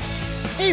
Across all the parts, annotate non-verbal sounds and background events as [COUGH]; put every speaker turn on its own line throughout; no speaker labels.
Hey,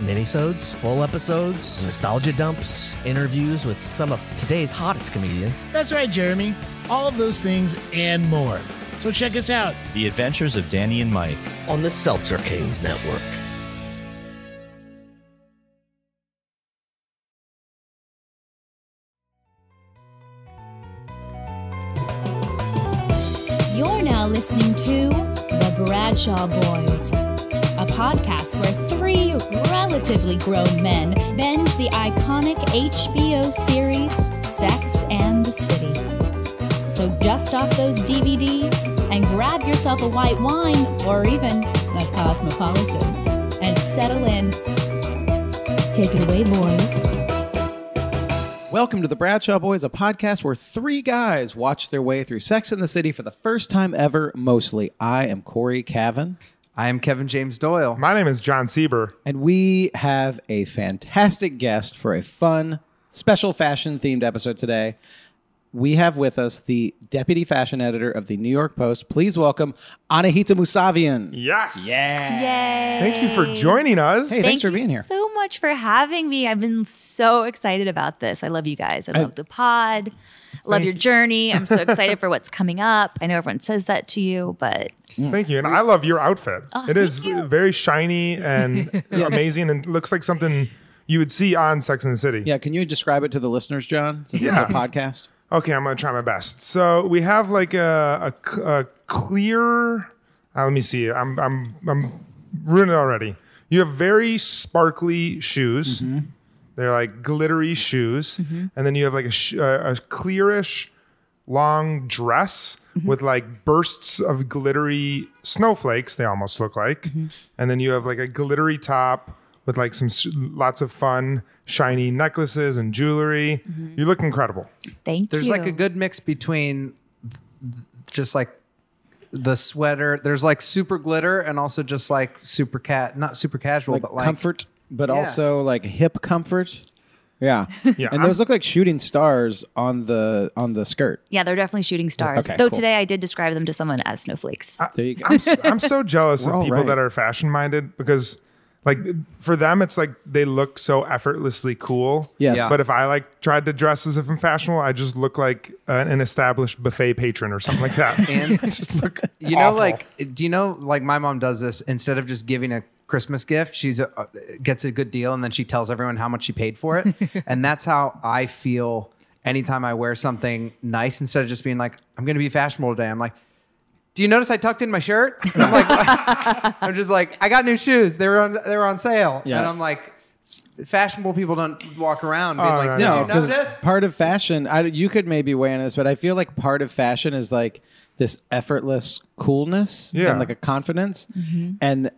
minisodes, full episodes, nostalgia dumps, interviews with some of today's hottest comedians.
That's right, Jeremy. All of those things and more. So check us out.
The Adventures of Danny and Mike.
on the Seltzer Kings Network.
You're now listening to The Bradshaw Boys, a podcast where three relatively grown men binge the iconic HBO series Sex and the City. So dust off those DVDs and grab yourself a white wine or even a cosmopolitan and settle in. Take it away, boys.
Welcome to the Bradshaw Boys, a podcast where three guys watch their way through Sex in the City for the first time ever, mostly. I am Corey Cavan,
I am Kevin James Doyle.
My name is John Sieber.
and we have a fantastic guest for a fun, special fashion themed episode today. We have with us the deputy fashion editor of the New York Post. Please welcome Anahita Musavian.
Yes. Yeah.
Yay.
Thank you for joining us.
Hey, thanks
Thank
for
you
being here.
So much for having me. I've been so excited about this. I love you guys. I love the pod. I Love your journey. I'm so excited for what's coming up. I know everyone says that to you, but
Mm.
Thank you. And I love your outfit. it is
Ah, thank you.
very
[LAUGHS]
shiny and amazing and looks like something you would see on Sex and the City.
Yeah, can you describe it to the listeners, John? Since this is
Yeah.
a podcast.
Okay, I'm going to try my best. So we have like a, a c- a clear. Uh, let me see. I'm, I'm, I'm ruining it already. You have very sparkly shoes. They're like glittery shoes. And then you have like a, sh- a, a clearish long dress with like bursts of glittery snowflakes, they almost look like. And then you have like a glittery top with like some s lots of fun, shiny necklaces and jewelry. You look incredible.
thank
There's
you.
like a good mix between th- just like the sweater. There's like super glitter and also just like super cat, not super casual,
like
but like
comfort, but
Yeah.
also like hip comfort. Yeah,
Yeah,
And those
I'm-
look like shooting stars on the on the skirt.
Yeah, they're definitely shooting stars.
Okay,
Though
cool. Uh,
today I did describe them to someone as snowflakes.
There you go. [LAUGHS]
I'm, s- I'm so jealous
We're all
of people
right.
that are fashion minded because like for them it's like they look so effortlessly cool
Yes. Yeah.
but if i like tried to dress as if i'm fashionable i just look like an, an established buffet patron or something like that
And-
I [LAUGHS] just look
You know,
awful.
like do you know like my mom does this instead of just giving a Christmas gift, she's a, uh, gets a good deal and then she tells everyone how much she paid for
[LAUGHS]
it, and that's how I feel anytime I wear something nice instead of just being like I'm going to be fashionable today. I'm like, do you notice I tucked in my shirt? [LAUGHS] And I'm like, [LAUGHS] I'm just like I got new shoes. They were on they were on sale,
Yeah.
and I'm like, fashionable people don't walk around being
Oh,
like,
no,
did
no,
you
because
notice?
part of fashion, I, you could maybe weigh in on this, but I feel like part of fashion is like this effortless coolness
Yeah.
and like a confidence.
Mm-hmm.
And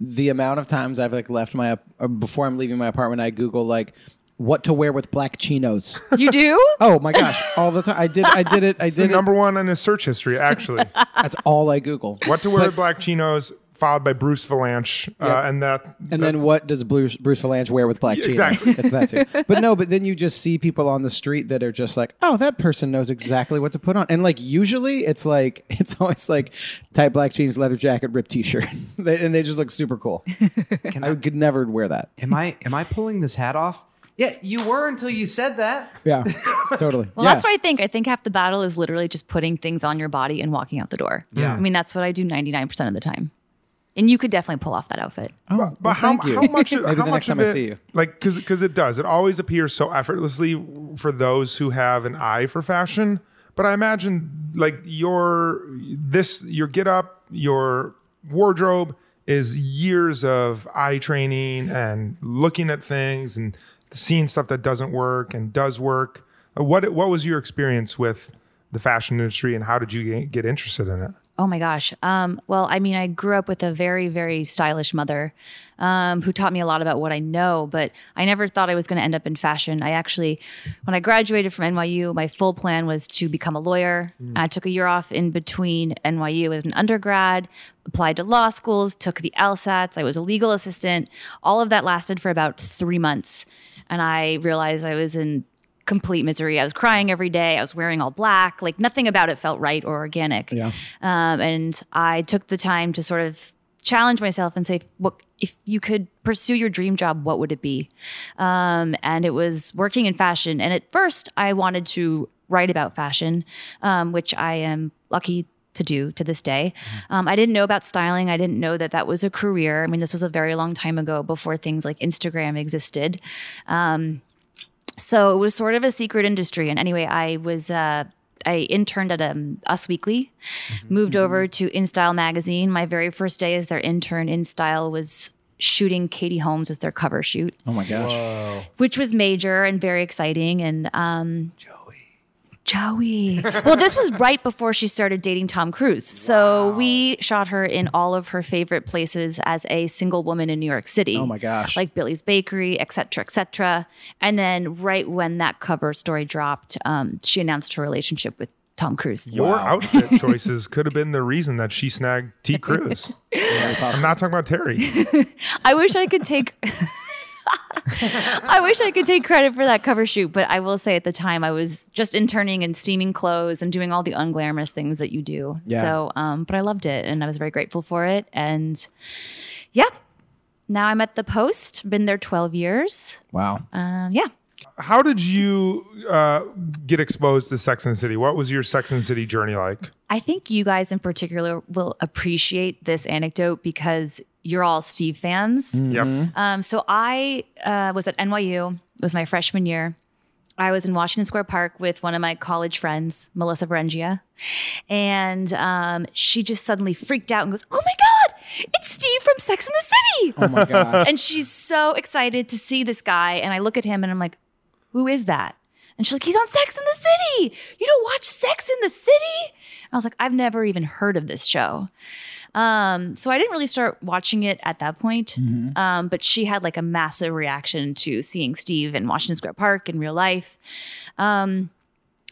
the amount of times I've like left my ap- or before I'm leaving my apartment, I Google like what to wear with black
[LAUGHS]
chinos.
you do?
oh my gosh, all the time. I did. I did it. I
it's the
did. It.
number one on his search history actually
That's all I Google.
what to wear with black chinos followed by bruce valanche uh, and that
And then
that's-
what does Bruce, Bruce Valanche wear with black
Yeah,
jeans?
exactly.
It's that
[LAUGHS]
too. But no, but then you just see people on the street that are just like, oh, that person knows exactly what to put on. And like usually it's like, [LAUGHS] it's always like tight black jeans, leather jacket, ripped t-shirt. [LAUGHS] They- and they just look super cool. I could never wear that.
Am I am I pulling this hat off? Yeah, you were until you said that.
Yeah, [LAUGHS] totally.
Well,
yeah.
that's what I think. I think half the battle is literally just putting things on your body and walking out the door. Yeah. I mean, that's what I do 99% of the time. And you could definitely pull off that outfit.
Oh,
But how,
thank you.
how
[LAUGHS]
much?
Maybe
how
the
much
next
of
time I
it,
see you.
Like, because it does. It always appears so effortlessly for those who have an eye for fashion. But I imagine like your this your get up your wardrobe is years of eye training and looking at things and seeing stuff that doesn't work and does work. Uh, What what was your experience with the fashion industry and how did you get- get interested in it?
Oh my gosh. Um, well, I mean, I grew up with a very, very stylish mother um, who taught me a lot about what I know, but I never thought I was going to end up in fashion. I actually, when I graduated from NYU, my full plan was to become a lawyer. I took a year off in between NYU as an undergrad, applied to law schools, took the LSATs. I was a legal assistant. All of that lasted for about three months. And I realized I was in complete misery. I was crying every day. I was wearing all black. Like nothing about it felt right or organic. Yeah. Um, and I took the time to sort of challenge myself and say, what if you could pursue your dream job, what would it be? Um, and it was working in fashion. And at first, I wanted to write about fashion, um, which I am lucky to do to this day. Um, I didn't know about styling. I didn't know that that was a career. I mean, this was a very long time ago before things like Instagram existed. Um, so it was sort of a secret industry. And anyway, I was uh, I interned at um, Us Weekly, moved over to InStyle magazine. My very first day as their intern, InStyle was shooting Katie Holmes as their cover shoot,
Oh my gosh.
which was major and very exciting. And um, Joey. Joey. well, this was right before she started dating Tom Cruise. So we shot her in all of her favorite places as a single woman in New York City.
Oh my gosh.
Like Billy's Bakery, et cetera, et cetera. And then right when that cover story dropped, um, she announced her relationship with Tom Cruise.
Your outfit choices could have been the reason that she snagged T. Cruz. I'm not talking about Terry.
I wish I could take. [LAUGHS] I wish I could take credit for that cover shoot, but I will say at the time I was just interning and steaming clothes and doing all the unglamorous things that you do.
Yeah.
So, um, but I loved it and I was very grateful for it. And yeah, now I'm at the post, been there 12 years.
Wow.
Um, yeah.
How did you uh, get exposed to Sex and the City? What was your Sex and the City journey like?
I think you guys in particular will appreciate this anecdote because you're all Steve fans.
Yep.
Um, so I uh, was at NYU. It was my freshman year. I was in Washington Square Park with one of my college friends, Melissa Varengia, and um, she just suddenly freaked out and goes, "Oh my God, it's Steve from Sex and the City!"
Oh my gosh.
and she's so excited to see this guy. And I look at him and I'm like, who is that? And she's like, he's on Sex in the City. You don't watch Sex in the City? I was like, I've never even heard of this show. Um, so I didn't really start watching it at that point. Um, but she had like a massive reaction to seeing Steve in Washington Square Park in real life. Um,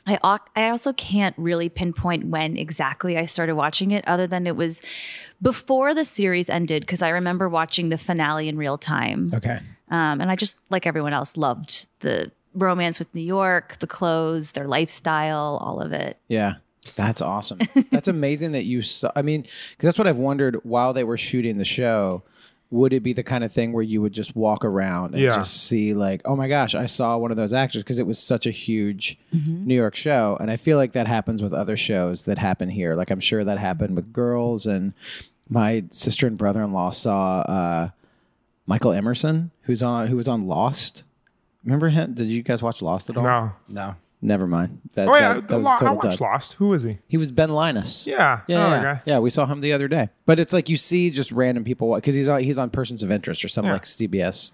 I, au- I also can't really pinpoint when exactly I started watching it, other than it was before the series ended, because I remember watching the finale in real time.
Okay.
Um, and I just, like everyone else, loved the romance with New York, the clothes, their lifestyle, all of it.
Yeah. That's awesome.
[LAUGHS]
that's amazing that you saw. I mean, because that's what I've wondered while they were shooting the show. Would it be the kind of thing where you would just walk around and
Yeah.
just see, like, oh my gosh, I saw one of those actors because it was such a huge
Mm-hmm.
New York show. And I feel like that happens with other shows that happen here. Like, I'm sure that happened with girls. And my sister and brother in law saw uh, Michael Emerson, who's on, who was on Lost. Remember him? Did you guys watch Lost at all?
No.
No.
Never mind. That,
Oh, yeah.
Oh. that- that was
Lo- I
total
watched
dud.
Lost. Who is he?
He was Ben Linus.
Yeah.
Yeah,
Oh,
yeah,
okay.
yeah, we saw him the other day. But it's like you see just random people because he's on he's on Persons of Interest or some
Yeah.
like CBS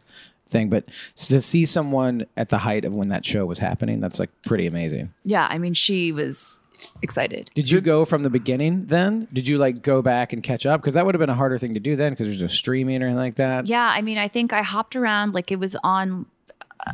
thing. But s- to see someone at the height of when that show was happening, that's like pretty amazing.
Yeah, I mean, she was excited.
Did you go from the beginning then? Did you like go back and catch up? Because that would have been a harder thing to do then because there's no streaming or anything like that.
Yeah, I mean, I think I hopped around like it was on.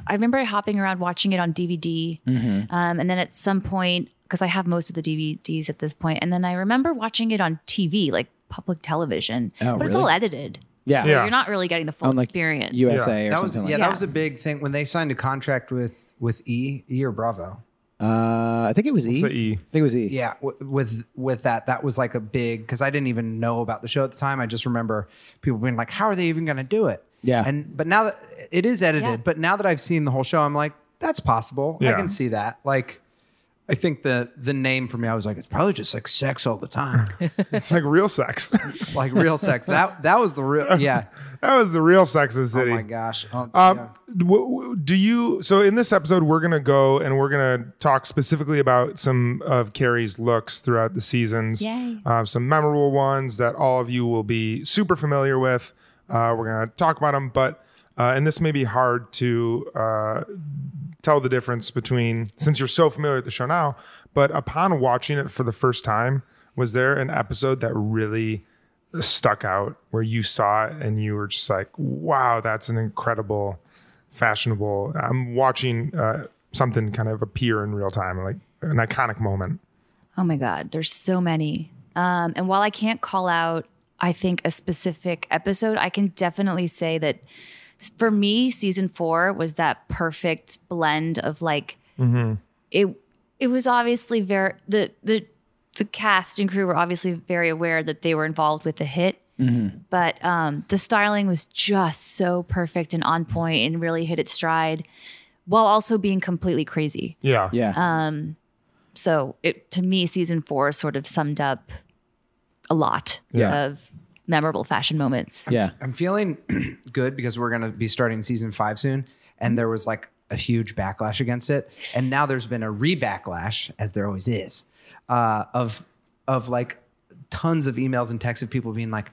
I remember hopping around watching it on DVD,
Mm-hmm.
um, and then at some point, because I have most of the DVDs at this point, and then I remember watching it on TV, like public television,
Oh,
but it's
really?
all edited.
Yeah.
so
Yeah.
you're not really getting the full
Unlike
experience.
USA or
That was
something
yeah,
like
that.
that was a big thing when they signed a contract with with E E or Bravo.
that. Uh, I think it was E. [LAUGHS] I
It's the E.
think it was E.
Yeah, w- with with that that was like a big cuz I didn't even know about the show at the time. I just remember people being like how are they even going to do it?
Yeah.
And but now that it is edited,
Yeah.
but now that I've seen the whole show I'm like that's possible. I
Yeah.
can see that. Like I think the the name for me I was like it's probably just like sex all
[LAUGHS]
the time.
It's like real sex. [LAUGHS]
like real sex. That that was the real yeah.
that was the real Sex and the
Oh
City.
my gosh. Oh,
Um,
yeah.
w- w- do you? So in this episode, we're gonna go and we're gonna talk specifically about some of Carrie's looks throughout the seasons.
Yay.
Uh, some memorable ones that all of you will be super familiar with. Uh, we're gonna talk about them, but uh, and this may be hard to uh, tell the difference between since you're so familiar with the show now. But upon watching it for the first time. was there an episode that really stuck out where you saw it and you were just like, wow, that's an incredible, fashionable. I'm watching uh, something kind of appear in real time, like an iconic moment.
Oh my God, there's so many. Um, and while I can't call out, I think, a specific episode, I can definitely say that s- for me, season four was that perfect blend of like, it it was obviously very the the the cast and crew were obviously very aware that they were involved with the hit but um the styling was just so perfect and on point and really hit its stride while also being completely crazy
Yeah.
Yeah.
Um, so it to me season four sort of summed up a lot
Yeah.
of memorable fashion moments
yeah.
I'm feeling [CLEARS THROAT] good because we're going to be starting season five soon. And there was like a huge backlash against it. And now there's been a re backlash, as there always is, uh, of, of like tons of emails and texts of people being like,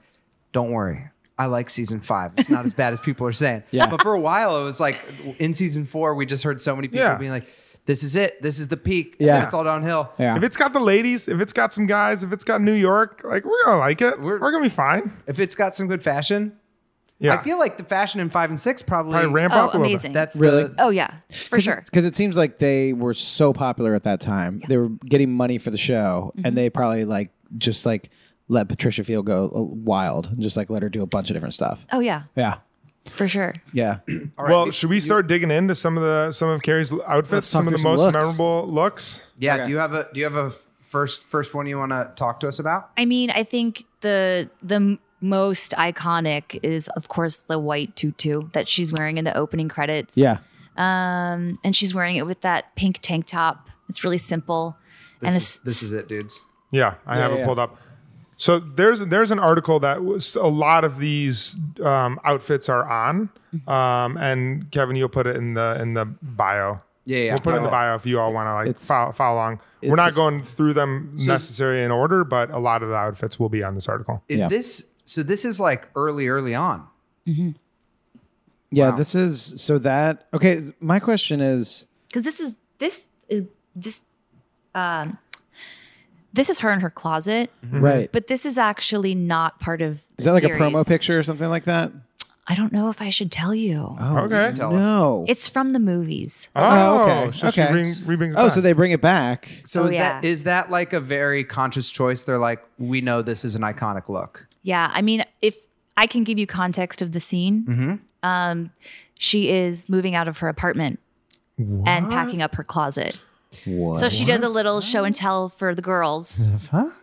don't worry. I like season five. It's not as bad as people are saying. Yeah. But for a while, it was like in season four, we just heard so many people
Yeah.
being like, this is it. This is the peak.
Yeah.
It's all downhill.
Yeah.
If it's got the ladies, if it's got some guys, if it's got New York, like we're gonna like it. We're, we're gonna be fine.
If it's got some good fashion,
Yeah.
I feel like the fashion in five and six probably,
Probably ramp
oh
up a little
amazing
bit.
That's
Really?
the,
oh yeah for sure
Because it seems like they were so popular at that time. They were getting money for the show,
Mm-hmm.
and they probably like just like let Patricia Field go uh, wild and just like let her do a bunch of different stuff.
oh yeah
Yeah.
for sure
Yeah.
Well, should we start digging into some of the some of Carrie's outfits,
talk
some of
through
the
some looks.
most memorable looks?
Yeah. Do you have a Do you have a f- first first one you want to talk to us about?
I mean, I think the the m- most iconic is of course the white tutu that she's wearing in the opening credits.
Yeah.
Um, and she's wearing it with that pink tank top. It's really simple. and
This, is,
it's-
this is it, dudes.
Yeah, I have it
yeah.
pulled up. So there's there's an article that was a lot of these um, outfits are on, um, and Kevin, you'll put it in the in the bio.
Yeah, yeah.
we'll put it in the
Oh.
bio if you all want to like
It's-
follow, follow along. We're not
just-
going through them necessarily in order, but a lot of the outfits will be on this article.
Is
Yeah.
this so? This is like early, early on.
Yeah. This is so that. Okay. s- My question is
Because this is this is this um this is her in her closet,
Mm-hmm.
Mm-hmm.
right.
but this is actually not part of
Is that like a promo picture Oh. or something like that?
I don't know if I should tell you.
okay.
Hmm?
Tell us.
No.
It's from the movies.
Oh,
okay.
So
okay.
she bring, re- brings it
oh,
back.
so they bring it back.
So
Oh,
is that
yeah.
is that like a very conscious choice? They're like, we know this is an iconic look.
Yeah, I mean, if I can give you context of the scene,
Mm-hmm.
um, she is moving out of her apartment and packing up her closet. So she does a little show and tell for the girls.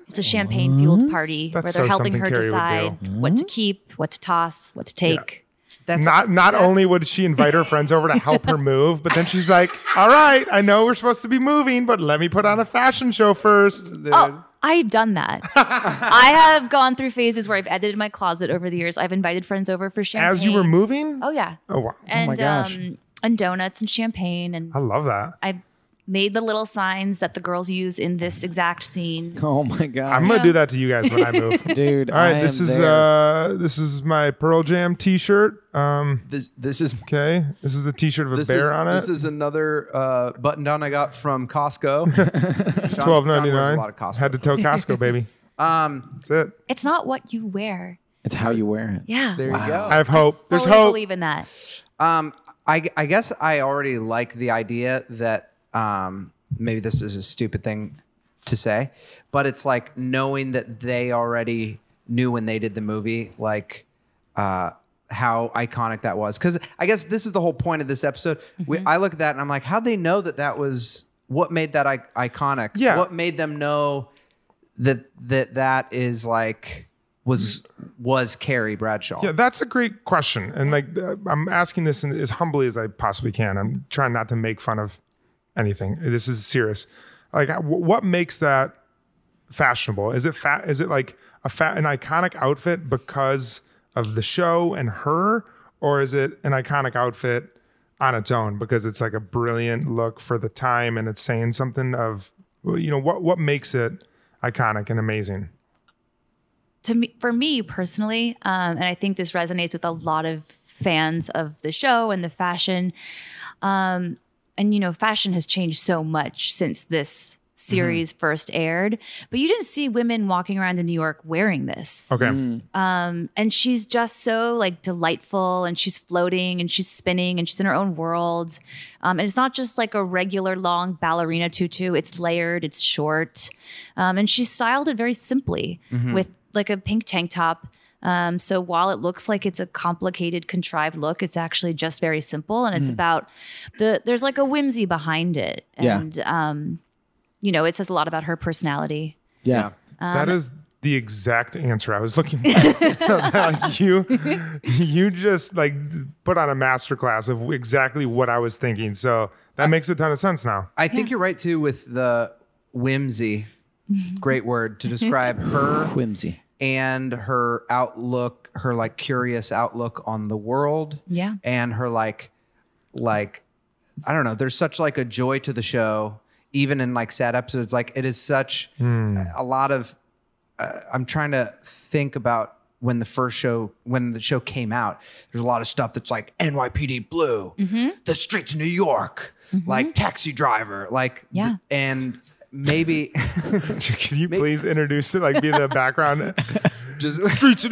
It's a champagne fueled party
That's
where they're
so
helping
something
her
Carrie would
decide what to keep, what to toss, what to take.
That's
not not only would she invite her friends over to help
[LAUGHS]
her move, but then she's like, "All right, I know we're supposed to be moving, but let me put on a fashion show first.
Oh, I've done that.
[LAUGHS]
I have gone through phases where I've edited my closet over the years. I've invited friends over for champagne.
As you were moving,
Oh yeah.
Oh, wow.
And
gosh.
um and donuts and champagne and
I love that.
I made the little signs that the girls use in this exact scene.
Oh my god,
I'm gonna do that to you guys when I
[LAUGHS]
move.
dude!
[LAUGHS] All right,
I
this
am
is
there.
uh this is my Pearl Jam T-shirt. Um,
this. This is
okay, this is a T-shirt with a
this
bear
is,
on it.
This is another uh, button down I got from
[LAUGHS]
Costco. it's
twelve ninety nine.
A lot of Costco.
Head to toe Costco, baby.
[LAUGHS] um,
That's it.
It's not what you wear.
it's how you wear it.
Yeah.
there you go.
I have hope. There's
Fully
hope.
believe in that.
Um, I, I guess I already like the idea that um, maybe this is a stupid thing to say, but it's like knowing that they already knew when they did the movie, like uh, how iconic that was. Because I guess this is the whole point of this episode. We,
Mm-hmm.
I look at that and I'm like, how'd they know that that was what made that I- iconic?
Yeah.
What made them know that that that is like was was Carrie Bradshaw?
Yeah, that's a great question, and like uh, I'm asking this in, as humbly as I possibly can. I'm trying not to make fun of anything. This is serious. Like, wh- what makes that fashionable? Is it fat? Is it like a fat an iconic outfit because of the show and her, or is it an iconic outfit on its own because it's like a brilliant look for the time and it's saying something of you know what what makes it iconic and amazing?
To me, for me personally, um, and I think this resonates with a lot of fans of the show and the fashion. Um, and you know, fashion has changed so much since this series first aired, but you didn't see women walking around in New York wearing this.
Okay.
Um, and she's just so like delightful and she's floating and she's spinning and she's in her own world. Um, and it's not just like a regular long ballerina tutu, it's layered, it's short. Um, and she styled it very simply
Mm-hmm.
with like a pink tank top. Um, so while it looks like it's a complicated, contrived look, it's actually just very simple.
Mm.
And it's about the, there's like a whimsy behind it.
Yeah.
And, um, you know, it says a lot about her personality.
Yeah.
that is the exact answer I was looking for. [LAUGHS] Like, you, you just like put on a masterclass of exactly what I was thinking. So that makes a ton of sense now. [LAUGHS]
I think you're right too with the whimsy. Great word to describe her
Whimsy.
and her outlook, her like curious outlook on the world.
Uh,
Yeah.
And her like like I don't know, there's such like a joy to the show even in like sad episodes like it is such a lot of uh, I'm trying to think about when the first show when the show came out there's a lot of stuff that's like NYPD blue
Mm-hmm.
the streets of New York like taxi driver like th-
Yeah.
and
[LAUGHS]
maybe
Can you please introduce it? Like be the background.
just
[LAUGHS] Streets.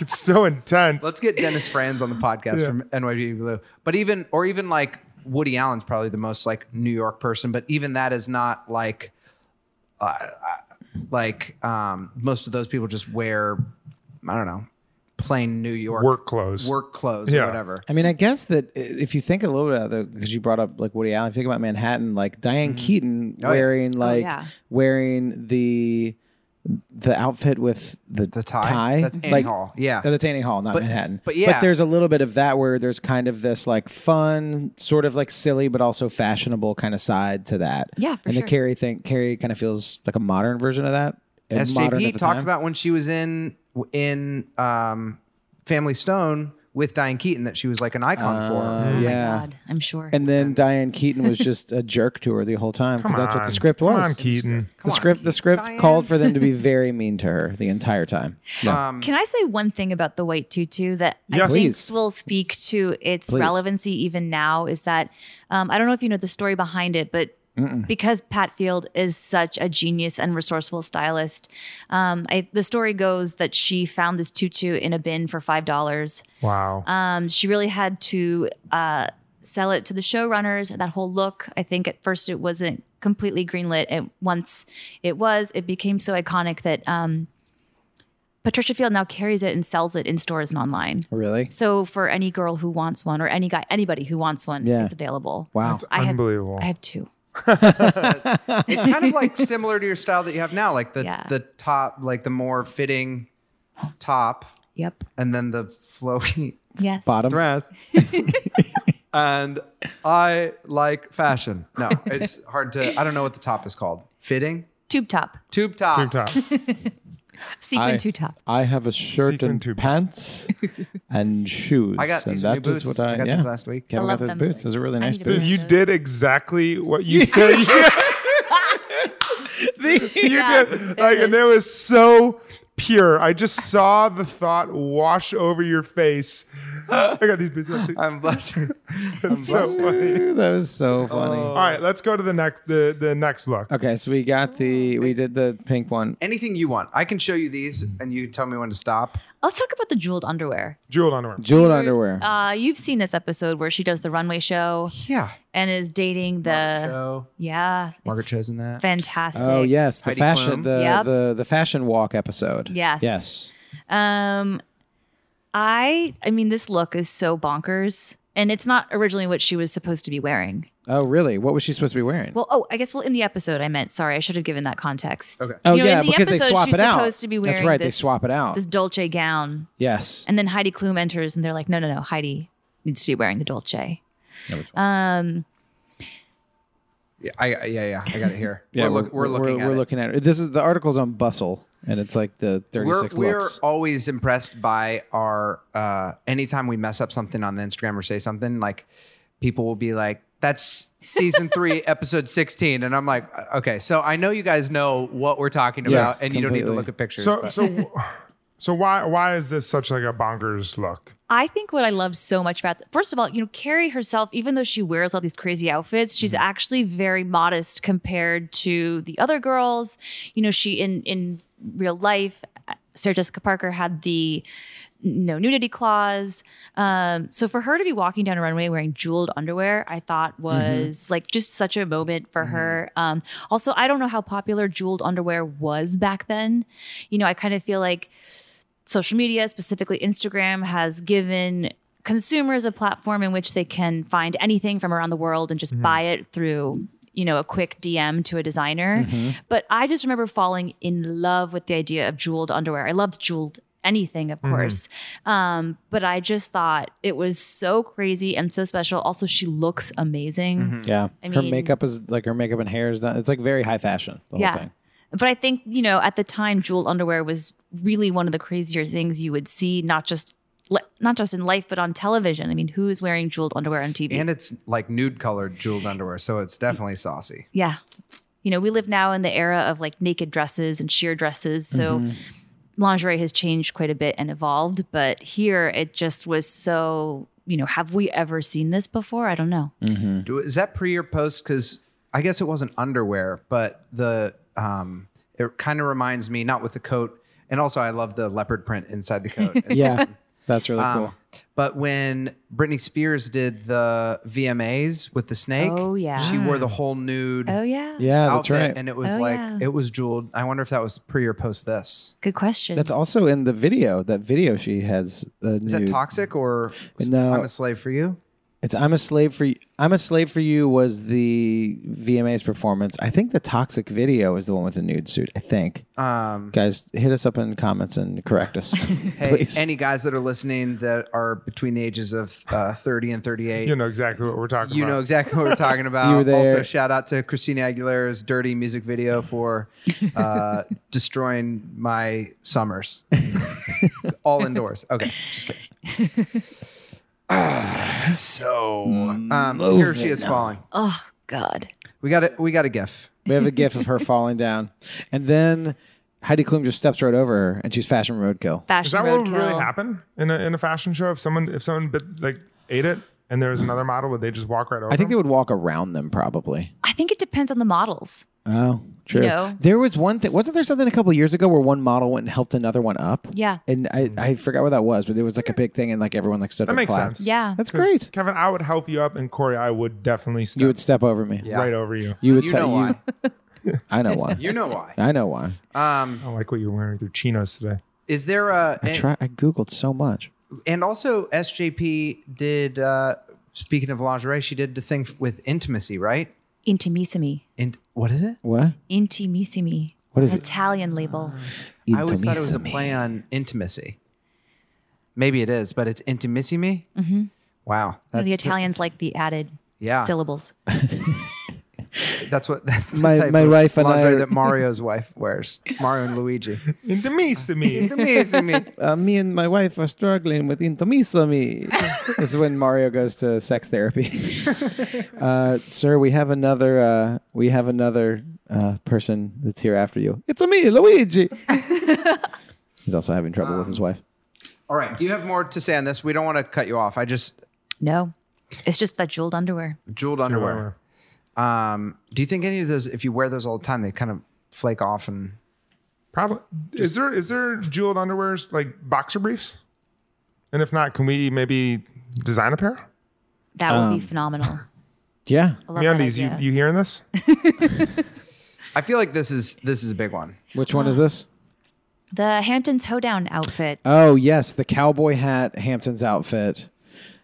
It's so intense.
Let's get Dennis Franz on the podcast
[LAUGHS] Yeah.
from NYPD Blue. But even or even like Woody Allen's probably the most like New York person, but even that is not like uh, uh, like um, most of those people just wear I don't know plain New York
work clothes.
work clothes
Yeah.
or whatever.
I mean, I guess that i- if you think a little bit about because you brought up like Woody Allen, think about Manhattan, like Diane Keaton
Oh, yeah.
wearing like
yeah.
wearing the the outfit with the,
The tie. That's Annie
like,
Hall. Yeah.
oh, that's Annie Hall, not
But-
Manhattan.
but yeah.
but there's a little bit of that where there's kind of this like fun, sort of like silly, but also fashionable kind of side to that.
Yeah, for
and
sure.
the Carrie thing, Carrie kind of feels like a modern version of that. and modern at
SJP
the
talked
time.
about when she was in in um, Family Stone with Diane Keaton that she was like an icon
yeah.
for.
Oh My God, I'm sure.
And then Diane Keaton was just a jerk to her the whole time because that's what the script was.
Come on, Keaton.
the script the script
Diane.
called for them to
[LAUGHS]
be very mean to her the entire time. Uh, Yeah.
Um,
Can I say one thing about the white tutu that
Yes.
I think
Please.
will speak to its relevancy even now? Is that um, I don't know if you know the story behind it, but because Pat Field is such a genius and resourceful stylist, um, I, the story goes that she found this tutu in a bin for five dollars.
Wow.
Um, she really had to uh, sell it to the showrunners. That whole look, I think at first it wasn't completely greenlit. And once it was, it became so iconic that um, Patricia Field now carries it and sells it in stores and online.
really?
So for any girl who wants one, or any guy, anybody who wants one,
Yeah.
it's available.
Wow.
it's
I have-
unbelievable.
I have two.
it's kind of like similar to your style that you have now, like the
Yeah.
the top, like the more fitting top,
Yep.
and then the flowy [LAUGHS]
Yes.
Bottom.
dress. and I like fashion. No, it's hard to. I don't know what the top is called. Fitting
Tube top.
tube top.
Tube top.
Sequin
I-
tube top.
I have a shirt
Sequin
and
tube.
pants
[LAUGHS]
and shoes.
I got
and
these
that
new boots.
is what
I,
I,
got
yeah.
these last week.
Kevin
I
got
love
those
them.
boots. Those are really
I
nice
need to wear
boots.
Dude, you
Yeah.
did exactly what you said. [LAUGHS] you
Uh,
did like, and it was so pure. I just saw the thought wash over your face. I got these business.
[LAUGHS] I'm blushing.
[LAUGHS] It's so funny.
Dude, [LAUGHS] that was so funny.
Oh.
All right, let's go to the next the, the next look.
Okay, so we got
Oh,
the we did the pink one.
Anything you want, I can show you these, and you tell me when to stop.
Let's talk about the jeweled underwear.
Jeweled underwear.
Jeweled underwear.
Uh, you've seen this episode where she does the runway show
Yeah.
and is dating the
Show.
Uh, yeah it's
Margaret chose in that.
fantastic.
Oh yes, the
Heidi
fashion
Klum.
the,
Yep.
the the fashion walk episode.
Yes.
Yes.
Um, I I mean, this look is so bonkers, and it's not originally what she was supposed to be wearing.
Oh really? What was she supposed to be wearing?
Well, oh, I guess well in the episode I meant. Sorry, I should have given that context.
Okay.
oh
You know,
yeah,
in the
because
episode,
they swap
she's
it out.
supposed to be wearing
That's right. they
this-
swap it out.
This Dolce gown,
yes.
and then Heidi Klum enters, and they're like, "No, no, no, Heidi needs to be wearing the Dolce." Um,
Yeah, I, I- yeah, yeah. I got it here.
[LAUGHS] Yeah,
we're, look, we're, looking at
we're
it.
looking at it. This is the article's on Bustle, and it's like the
we're,
36
we're
looks.
always impressed by our uh anytime we mess up something on instagram or say something like people will be like that's season
[LAUGHS]
three episode 16 and i'm like "Uh, okay so i know you guys know what we're talking about
Yes,
and you don't need to
completely.
look at pictures
So
but-
so so why why is this such like a bonkers look?
I think what I love so much about, first of all, you know, Carrie herself, even though she wears all these crazy outfits, she's actually very modest compared to the other girls. You know, she in in real life, uh, Sarah Jessica Parker had the no nudity clause. Um, so for her to be walking down a runway wearing jeweled underwear, I thought was like just such a moment for her. Um, also, I don't know how popular jeweled underwear was back then. You know, I kind of feel like social media, specifically Instagram, has given consumers a platform in which they can find anything from around the world and just buy it through you know a quick dm to a designer but i just remember falling in love with the idea of jeweled underwear i loved jeweled anything of course um, but i just thought it was so crazy and so special also she looks amazing
Yeah,
I
her
mean-
makeup is like her makeup and hair is done. It's like very high fashion. The whole thing.
But I think, you know, at the time, jeweled underwear was really one of the crazier things you would see, not just li- not just in life, but on television. I mean, who is wearing jeweled underwear on TV?
And it's like nude colored jeweled underwear, so it's definitely saucy.
yeah. You know, we live now in the era of like naked dresses and sheer dresses. So
Mm-hmm.
lingerie has changed quite a bit and evolved. But here it just was so, you know, have we ever seen this before? I don't know.
Mm.
Do- Is that pre or post? Because I guess it wasn't underwear, but the um, it kind of reminds me not with the coat, and also I love the leopard print inside
[LAUGHS]
the coat. It's
Yeah, that's really
Um,
cool.
But when Britney Spears did the VMAs with the snake,
Oh, yeah.
she wore the whole nude
Oh, yeah.
Mm. Yeah, that's
outfit,
right.
and it was
Oh,
like
yeah.
it was jeweled. I wonder if that was pre or post this.
Good question.
that's also in the video. That video she has. Uh,
Is that toxic or
No.
I'm a slave for you?
It's I'm a slave for you. I'm a slave for you was the VMA's performance. I think the toxic video is the one with the nude suit. I think.
Um,
Guys, hit us up in the comments and correct us,
[LAUGHS] hey,
please.
any guys that are listening that are between the ages of uh, 30 and 38,
You know exactly what we're talking
you
about.
know exactly what we're
[LAUGHS] You
talking
were
about.
there.
Also, shout out to Christina Aguilera's dirty music video for
[LAUGHS]
uh, destroying my summers, [LAUGHS] all indoors. Okay, just kidding. [SIGHS] Ah, so
Mm,
um, here she is falling.
oh, God.
We got it. We got a gif.
we have a gif of her falling down, and then Heidi Klum just steps right over her, and she's fashion roadkill.
Fashion
Is that what would
roadkill.
really happen in a in a fashion show if someone if someone bit, like ate it and there was another model would they just walk right over?
I think they
them?
would walk around them probably.
I think it depends on the models.
Oh, true.
know?
There was one thing. Wasn't there something a couple years ago where one model went and helped another one up?
Yeah.
And I,
Hmm.
I forgot what that was, but there was like a big thing, and like everyone like stood.
that
and
makes
clapped.
sense.
Yeah.
That's
'Cause,
great.
Kevin. I would help you up, and Corey, I would definitely step
You would step over me.
Yeah.
right over you.
You would
You
tell
know
you.
why?
I know
[LAUGHS]
why.
You
[LAUGHS]
know why?
I know why.
I
Um,
don't like what you're wearing with your chinos today.
is there a
I try. I googled so much.
and also SJP did. Uh, speaking of lingerie, she did the thing with intimacy, right?
Intimissimi.
And what is it?
What?
Intimissimi.
What is it?
An
Ah.
Italian label.
I always thought it was a play on intimacy. Maybe it is, but it's intimissimi. Mm-hmm. Wow,
You know, the
That's-
Italians like the added
Yeah.
syllables.
That's what [LAUGHS] that's the
My-
type
my
of
wife and I
lingerie
are-
that Mario's wife wears. Mario and Luigi.
[LAUGHS]
Into me, to me.
Intimissimi.
Uh, me and my wife are struggling with
[LAUGHS]
intimismi. this is when Mario goes to sex therapy. uh, sir, we have another. Uh, we have another uh, person that's here after you. It's me,
[LAUGHS]
Luigi. He's also having trouble with his wife.
All right. Do you have more to say on this? We don't want to cut you off. I just
No, it's just that jeweled underwear.
jeweled underwear. Um, do you think any of those, if you wear those all the time, they kind of flake off and
Probably. Is there is there jeweled underwears like boxer briefs? And if not, can we maybe design a pair?
That would
Um.
be phenomenal.
Yeah,
I love that
MeUndies, you,
idea.
you hearing
[LAUGHS]
this?
I feel like this is this is a big one.
which one is this?
the Hamptons hoedown outfits.
Oh yes, the cowboy hat, Hampton's outfit,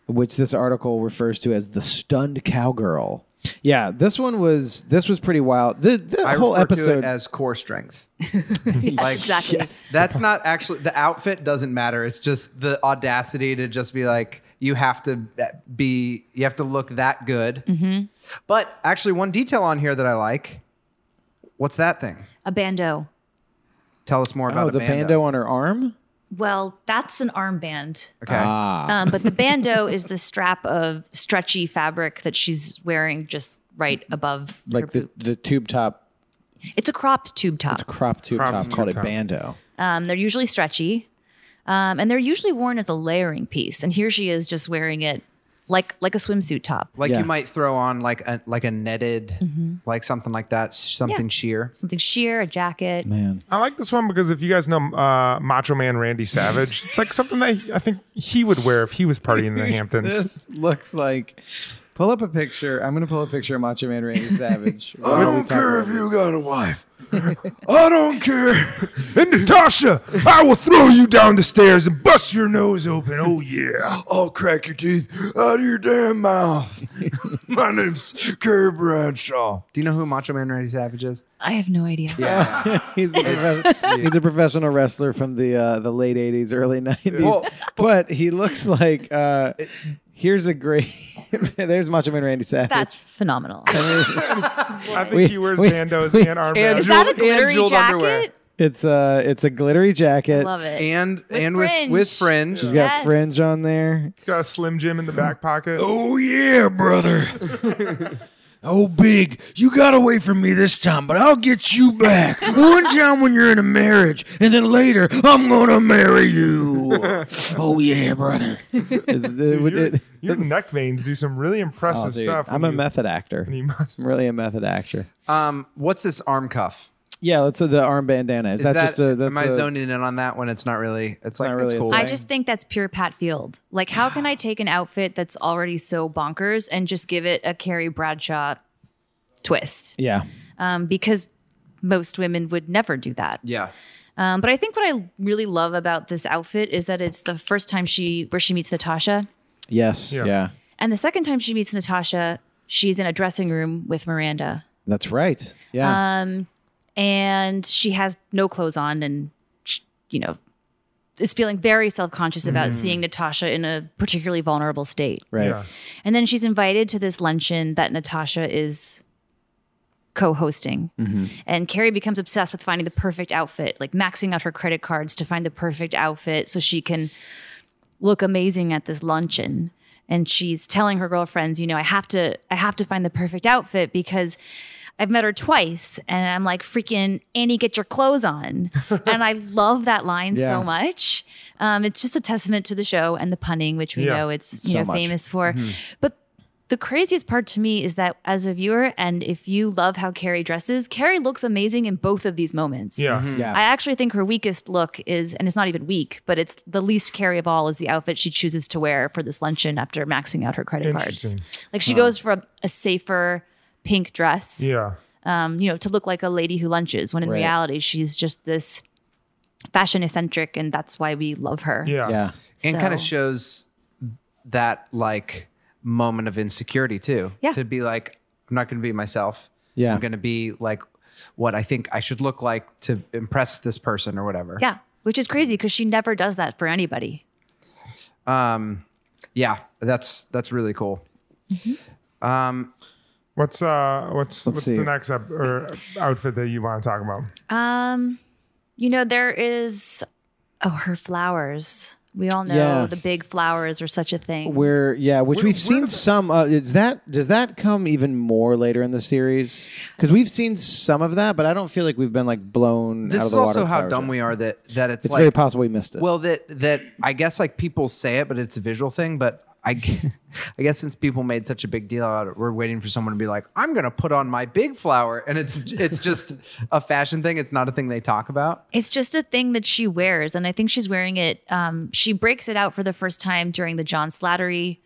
which this article refers to as the stunned cowgirl. Yeah, this one was this was pretty wild. The, the
I
whole
refer to
episode.
it as core strength.
[LAUGHS] Yes, exactly.
[LAUGHS] That's not actually the outfit doesn't matter. It's just the audacity to just be like, you have to be, you have to look that good.
Mm-hmm.
But actually, one detail on here that I like. What's that thing?
A bandeau.
Tell us more about
oh,
a
the bandeau on her arm.
Well, that's an armband.
Okay.
Ah,
Um, but the bandeau is the strap of stretchy fabric that she's wearing just right above
like
her
the,
boot.
the tube top
It's a cropped tube top.
crop tube
Crop
top
tube
called a
top.
bandeau
Um, they're usually stretchy. Um, and they're usually worn as a layering piece. And here she is just wearing it like like a swimsuit top,
Like
Yeah.
you might throw on like a like a netted, like something like that, something
Mm-hmm. Yeah.
sheer.
something sheer, a jacket.
Man.
I like this one because if you guys know uh, Macho Man Randy Savage, it's like something that I think he would wear if he was partying
[LAUGHS]
in the Hamptons.
This looks like. Pull up a picture. I'm gonna pull a picture of Macho Man Randy
[LAUGHS]
Savage. I
got a
[LAUGHS]
wife. I don't care. And Natasha, I will throw you down the stairs and bust your nose open. Oh, yeah.
I'll crack your teeth out of your damn mouth.
[LAUGHS]
My name's Kerry Bradshaw.
Do you know who Macho Man Randy Savage is?
I have no idea.
[LAUGHS] he's, a profe- he's a professional wrestler from the uh, the late '80s, early '90s. but he looks like uh, here's a great. [LAUGHS] there's Macho Man Randy Savage.
That's phenomenal.
I think
We-
he wears
we-
bandos
we-
and arm
and-
Is that a
And
glittery
jeweled
jacket?
underwear.
[LAUGHS] it's a it's a glittery jacket.
Love it.
And
Uh, With
and
fringe.
with with fringe.
He's got
Yes.
fringe on there.
He's got a Slim Jim in the back pocket.
Oh, yeah,
[LAUGHS]
brother. oh, Big, you got away from me this time, but I'll get you back. One time when you're in a marriage, and then later, I'm going to marry you.
[LAUGHS]
oh, yeah, brother.
It's- it
Dude,
would-
your,
it-
your neck veins do some really
oh,
impressive
dude,
stuff.
I'm a
when [LAUGHS] you-
method actor.
when you must-
I'm really a method actor.
Um, what's this arm cuff?
Yeah, let's say the arm bandana. Is,
Is
that,
that
just a? That's
am I
a-
zoning in on that when it's not really? It's like
not
it's
really a
cool.
I just think that's pure Pat Field. Like, how can I take an outfit that's already so bonkers and just give it a Carrie Bradshaw twist?
Yeah,
Um, because most women would never do that.
yeah.
Um, but I think what I really love about this outfit is that it's the first time she where she meets Natasha,
Yes.
Yeah.
Yeah.
and the second time she meets Natasha, she's in a dressing room with Miranda,
That's right. Yeah.
and she has no clothes on, and sh you know is feeling very self conscious about seeing Natasha in a particularly vulnerable state.
right.
yeah.
And then she's invited to this luncheon that Natasha is co-hosting.
Mm-hmm.
And Carrie becomes obsessed with finding the perfect outfit, like maxing out her credit cards to find the perfect outfit so she can look amazing at this luncheon. And she's telling her girlfriends, you know, I have to I have to find the perfect outfit because I've met her twice and I'm like freaking Annie get your clothes
[LAUGHS]
on. and I love that line
Yeah.
so much. Um, it's just a testament to the show and the punning, which we
Yeah.
know it's you
so
know
much.
famous for.
Mm-hmm.
But the craziest part to me is that as a viewer, and if you love how Carrie dresses, Carrie looks amazing in both of these moments.
Yeah.
Mm-hmm.
Mm.
Yeah.
I actually think her weakest look is, and it's not even weak, but it's the least Carrie of all is the outfit she chooses to wear for this luncheon after maxing out her credit cards.
Interesting.
Like she goes for a, a safer pink dress,
Yeah.
um, you know, to look like a lady who lunches, when in
Right.
reality, she's just this fashion eccentric, and that's why we love her.
Yeah.
yeah.
and kind of
So-
shows that like moment of insecurity too.
Yeah.
To be like, I'm not going to be myself.
Yeah.
I'm going to be like what I think I should look like to impress this person or whatever.
Yeah, which is crazy because she never does that for anybody.
Um, yeah. That's that's really cool. Um,
What's uh what's what's
see.
the next up or outfit that you want to talk about?
Um, you know, there is oh her flowers. We all know
Yeah.
the big flowers are such a thing.
Where yeah, which
Where-
we've
where
seen
did-
some. Uh, is that does that come even more later in the series? Because we've seen some of that, but I don't feel like we've been like blown. out
this
of
is
the water
also how
flowers.
dumb we are that that it's,
It's
like
very possible we missed it.
Well, that that I guess like people say it, but it's a visual thing. But I, g- [LAUGHS] I guess since people made such a big deal out of it, we're waiting for someone to be like, "I'm gonna put on my big flower," and it's it's just a fashion thing. It's not a thing they talk about.
It's just a thing that she wears, and I think she's wearing it. Um, she breaks it out for the first time during the John Slattery.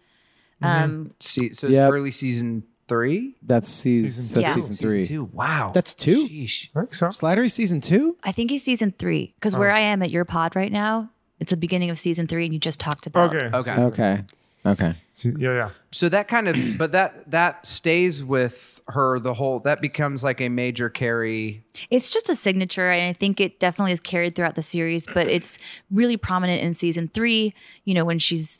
Um,
See, so
Yep.
it's early season three,
that's season.
Season
that's
two.
season
Season
three.
two. Wow,
That's two?
Sheesh.
I think so.
Slattery season two.
I think he's season three because where I am at your pod right now, it's the beginning of season three, and you just talked about.
Okay.
Okay,
Okay. Okay.
So- yeah, yeah.
so that kind of, but that that stays with her the whole. That becomes like a major carry.
It's just a signature, and I think it definitely is carried throughout the series, but it's really prominent in season three, you know, when she's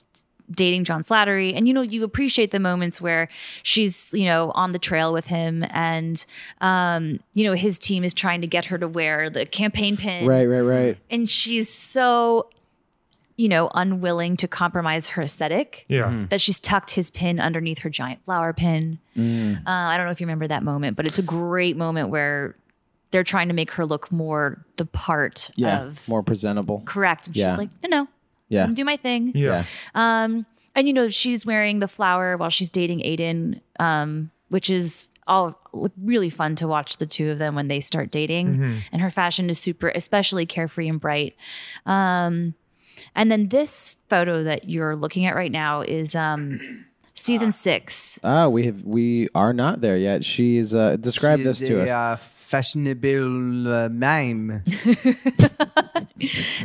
dating John Slattery. And, you know, you appreciate the moments where she's, you know, on the trail with him and, um, you know, his team is trying to get her to wear the campaign pin.
Right. Right. Right.
And she's so, you know, unwilling to compromise her aesthetic
Yeah.
Mm-hmm. Mm.
that she's tucked his pin underneath
Mm.
her giant flower pin. Uh, I don't know if you remember that moment, but it's a great moment where they're trying to make her look more the part
yeah,
of
more presentable.
correct. And
Yeah.
she's like, no, no,
Yeah.
I'm do my thing.
Yeah.
Um, and you know, she's wearing the flower while she's dating Aiden, um, which is all really fun to watch the two of them when they start dating.
Mm-hmm.
And her fashion is super, especially carefree and bright. Um, and then this photo that you're looking at right now
[CLEARS THROAT]
is um, season six.
Ah, we have we are not there yet. She's uh, describe this
She's
to
a,
us.
Uh, fashionable
[LAUGHS]
uh, mime.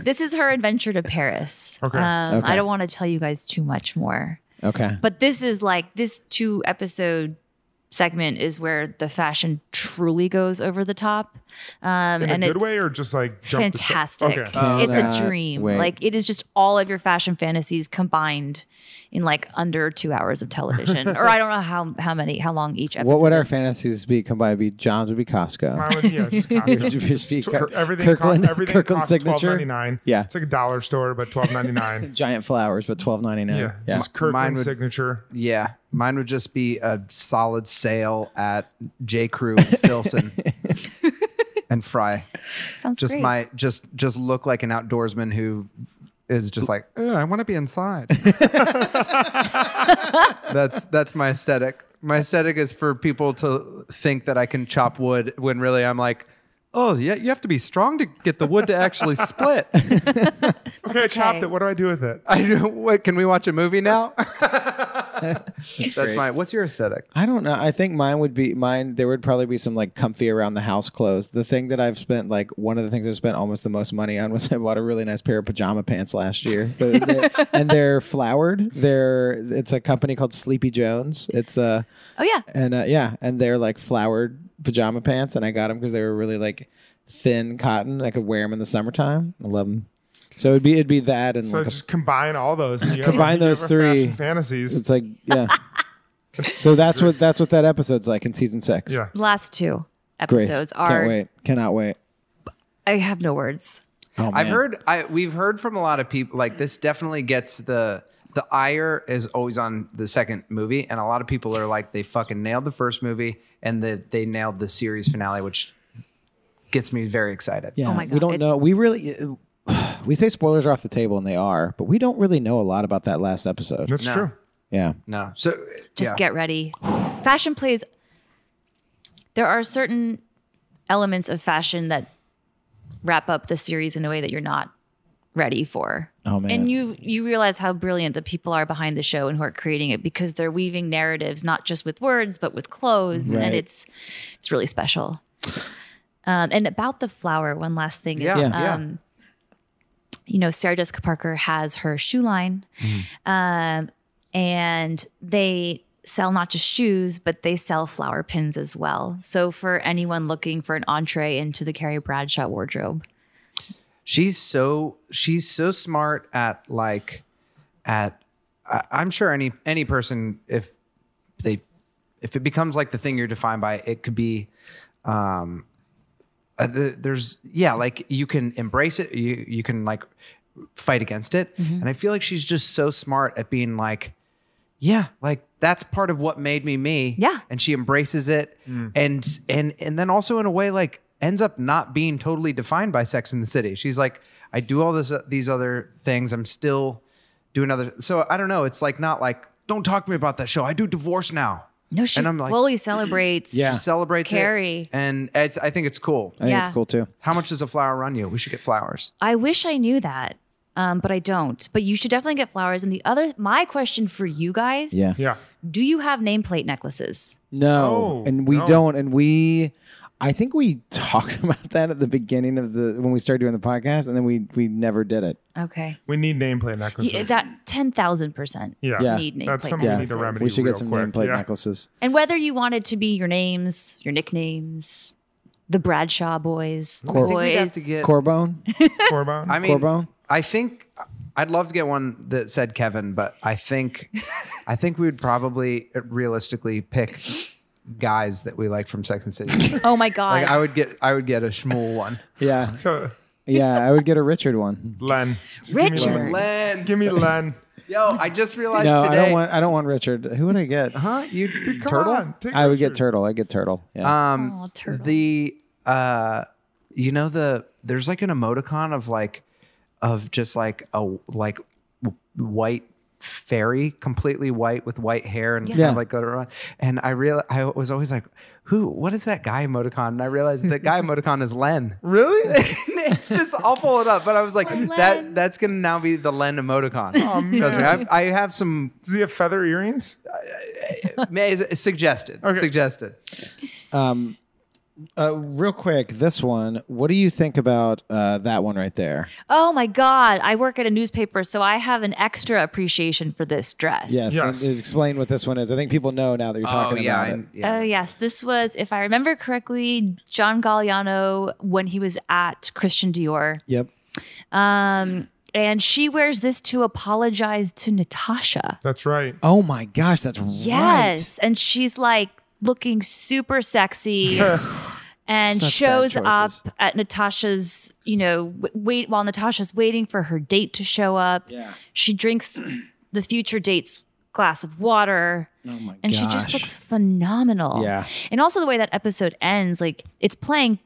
This is her adventure to Paris.
Okay.
Um,
Okay.
I don't want to tell you guys too much more.
Okay.
But this is like this two episode segment is where the fashion truly goes over the top. Um,
In
and
a good
it's
way or just like jump the shark?
fantastic.
Okay.
it's a
Cannot
dream.
wait.
Like it is just all of your fashion fantasies combined in like under two hours
[LAUGHS]
of television. or I don't know how how many how long each episode.
What would our
is.
fantasies be combined? Be John's would be Costco.
Mine would- yeah,
[LAUGHS]
just
Would
Costco.
you be
So
Kirk-
everything
Kirkland-
cost, everything
Kirkland
costs
signature?
twelve ninety nine.
Yeah.
it's like a dollar store, but twelve ninety nine.
Giant flowers, but twelve ninety nine.
yeah,
[LAUGHS] yeah.
just Kirkland
Mine would-
signature.
Yeah, mine would just be a solid sale at J Crew,
[LAUGHS]
and Filson, and Fry.
sounds
Just
great.
my just just look like an outdoorsman who is just like "Ugh, I want to be inside. [LAUGHS] that's that's my aesthetic. My aesthetic is for people to think that I can chop wood when really I'm like, oh yeah, you have to be strong to get the wood to actually split.
Okay, I chopped
okay.
it. What do I do with it?
I do, what, can we watch a movie now? that's my. What's your aesthetic?
I don't know. I think mine would be mine. There would probably be some like comfy around the house clothes. The thing that I've spent like one of the things I spent almost the most money on was [LAUGHS] I bought a really nice pair of pajama pants last
[LAUGHS]
year, But they're- and they're flowered. They're it's a company called Sleepy Jones. It's a
oh yeah.
and uh, yeah, and they're like flowered pajama pants, and I got them because they were really like thin cotton. I could wear them in the summertime. I love them. So it'd be it'd be that and
So
like a
just combine all those. And you
Combine
have, you
those
have a
three.
fashion fantasies.
It's like
[LAUGHS]
yeah. so that's what that's what that episode's like in season six.
Yeah.
The last two
Great.
episodes
Can't
are
wait. Cannot wait.
I have no words.
Oh,
I've heard I we've heard from a lot of people like this definitely gets the the ire is always on the second movie and a lot of people are like they fucking nailed the first movie and the, they nailed the series finale which gets me very excited.
Yeah,
oh my
we
God,
don't
it-
know. We really [SIGHS] we say spoilers are off the table, and they are, but we don't really know a lot about that last episode.
That's
No.
true.
Yeah,
No. So
just
yeah.
get ready. fashion plays. There are certain elements of fashion that wrap up the series in a way that you're not ready for.
Oh, man.
And you you realize how brilliant the people are behind the show and who are creating it because they're weaving narratives not just with words but with clothes
Right.
and it's it's really special. Um, and about the flower, one last thing. is,
Yeah.
Yeah.
yeah.
Um, you know, Sarah Jessica Parker has her shoe line,
Mm-hmm.
um, and they sell not just shoes, but they sell flower pins as well. So for anyone looking for an entree into the Carrie Bradshaw wardrobe,
she's so she's so smart at like at I, i'm sure any any person if they if it becomes like the thing you're defined by it could be um uh, the, there's yeah like you can embrace it you you can like fight against it and i feel like she's just so smart at being like yeah like that's part of what made me me
Yeah.
and she embraces it and and and then also in a way like ends up not being totally defined by sex in the city she's like i do all this uh, these other things i'm still doing other so i don't know it's like not like don't talk to me about that show i do divorce now
no, she
And I'm like-
fully celebrates.
Yeah.
she celebrates it,
Carrie.
and it's i think it's cool
I think it's
Yeah.
cool too.
how much does a flower run you we should get flowers
I wish I knew that, um, but I don't. But you should definitely get flowers. And the other, my question for you guys,
Yeah.
Yeah.
do you have nameplate necklaces?
No,
No,
and we
Oh, no.
don't, and we. I think we [LAUGHS] talked about that at the beginning of the when we started doing the podcast, and then we we never did it.
Okay,
We need nameplate necklaces.
Yeah, that ten thousand percent.
yeah.
Yeah.
need nameplate
That's something we need to
necklaces.
remedy.
We should
real
get some
quick.
nameplate
yeah.
necklaces.
And whether you want it to be your names, your nicknames, the Bradshaw boys, the
i think we'd have
boys,
to get
[LAUGHS]
Corbone,
Corbon.
i mean
Corbone.
i think i'd love to get one that said kevin but i think i think we would probably realistically pick guys that we like from sex and
[LAUGHS]
city
oh my god,
like i would get i would get a schmool one
Yeah,
so,
yeah. I would get a Richard one.
Len. Just give me Len.
Richard,
len
[LAUGHS]
Give me Len.
yo i just realized
No,
today
I don't want. I don't want Richard. Who would I get?
huh you
Come
turtle
on, take
I would get
Richard.
Oh,
turtle. I get turtle. Yeah.
um
Aw, turtle.
the uh, you know the there's like an emoticon of like of just like a like w- white fairy, completely white with white hair and kind
Yeah.
of like glitter on. And I real I was always like, who? What is that guy emoticon? And I realized that guy emoticon is Len. [LAUGHS]
Really?
it's just I'll pull it up, but I was like, that that's gonna now be the Len emoticon. [LAUGHS] Trust me, I, I have some
Does he have feather earrings?
may, suggested
Okay.
suggested.
Um, uh, real quick, this one. What do you think about uh, that one right there?
Oh my God. I work at a newspaper, so I have an extra appreciation for this dress.
Yes,
Yes.
explain what this one is. I think people know now that you're talking about
Oh, I-
it.
Oh yes, this was, if I remember correctly, John Galliano when he was at Christian Dior,
Yep.
um, and she wears this to apologize to Natasha.
That's right.
Oh my gosh, that's
Yes, and she's like looking
[LAUGHS]
super sexy. And
Such bad
shows up
choices.
at Natasha's, you know, w- wait while Natasha's waiting for her date to show up.
Yeah.
She drinks the future date's glass of water.
Oh my
and she just looks phenomenal.
Yeah.
And also the way that episode ends, like it's playing.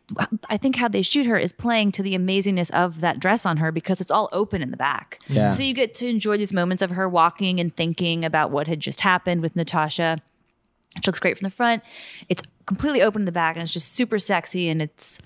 I think how they shoot her is playing to the amazingness of that dress on her because it's all open in the back.
Yeah.
So you get to enjoy these moments of her walking and thinking about what had just happened with Natasha. She looks great from the front. It's completely open in the back, and it's just super sexy. And it's,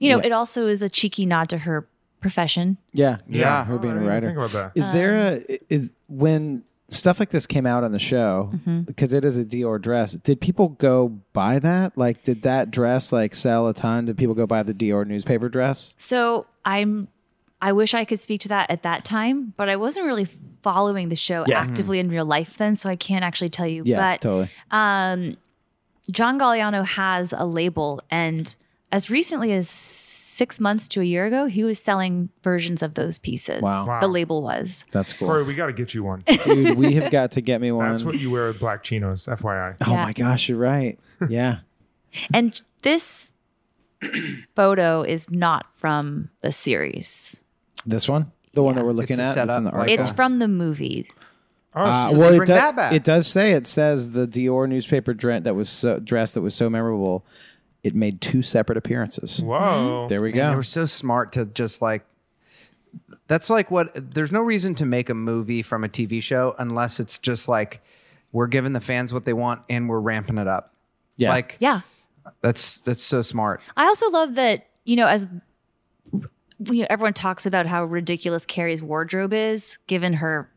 you know,
Yeah.
it also is a cheeky nod to her profession.
Yeah, yeah,
Yeah.
her being
I
a
didn't
writer.
Think about that.
Is there a is when stuff like this came out on the show
Mm-hmm.
because it is a Dior dress? Did people go buy that? Like, did that dress like sell a ton? Did people go buy the Dior newspaper dress?
So I'm I wish I could speak to that at that time, but I wasn't really following the show actively in real life then, so I can't actually tell you.
Yeah,
but
totally.
John Galliano has a label and as recently as six months to a year ago, he was selling versions of those pieces.
Wow.
Wow.
The label was.
That's cool.
Corey, we got to get
[LAUGHS]
you one.
Dude, we have got to get me one.
[LAUGHS] That's what you wear with black chinos, FYI.
oh
Yeah.
my gosh, you're right. Yeah.
And this [CLEARS THROAT] photo is not from the series.
This one? The one that we're looking
It's a
at? That's in the
setup, like
archive.
It's from the movie.
Oh,
Uh,
So
well,
they
it,
bring
do-
that back.
it does say it says the Dior newspaper dress that was so, dress that was so memorable, it made two separate appearances.
whoa.
mm-hmm. There we
Man,
go.
They were so smart to just like. That's like what. There's no reason to make a movie from a TV show unless it's just like we're giving the fans what they want and we're ramping it up.
yeah.
Like
Yeah.
that's that's so smart.
I also love that you know as you know, everyone talks about how ridiculous Carrie's wardrobe is, given her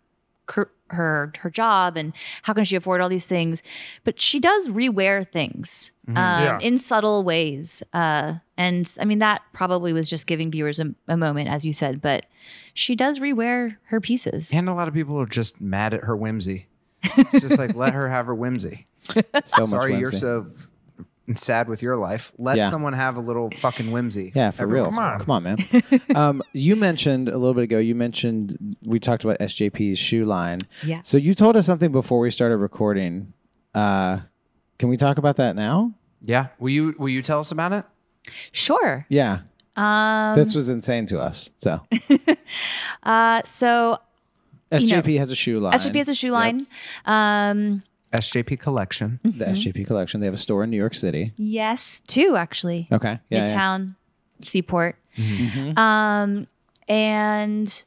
cur- her her job and how can she afford all these things, but she does rewear things um,
Yeah.
in subtle ways. Uh, and I mean that probably was just giving viewers a, a moment, as you said, but she does rewear her pieces.
And a lot of people are just mad at her whimsy. just like let her have her whimsy.
so much
Sorry, you're
whimsy.
so f- sad with your life. Let
Yeah.
someone have a little fucking whimsy.
Yeah, for
Everyone-
real.
come on.
Come on, man.
[LAUGHS]
um, you mentioned a little bit ago, you mentioned we talked about SJP's shoe line.
Yeah.
So you told us something before we started recording. Uh, can we talk about that now?
Yeah. Will you will you tell us about it?
sure.
Yeah. Um, this was insane to us.
[LAUGHS]
So
Uh, so
SJP has a shoe line.
SJP has a shoe line. Um,
SJP collection.
The SJP collection. They have a store in New York City.
Mm-hmm. yes, two actually.
Okay. Yeah. Mm-hmm. yeah.
Midtown Seaport. Um, and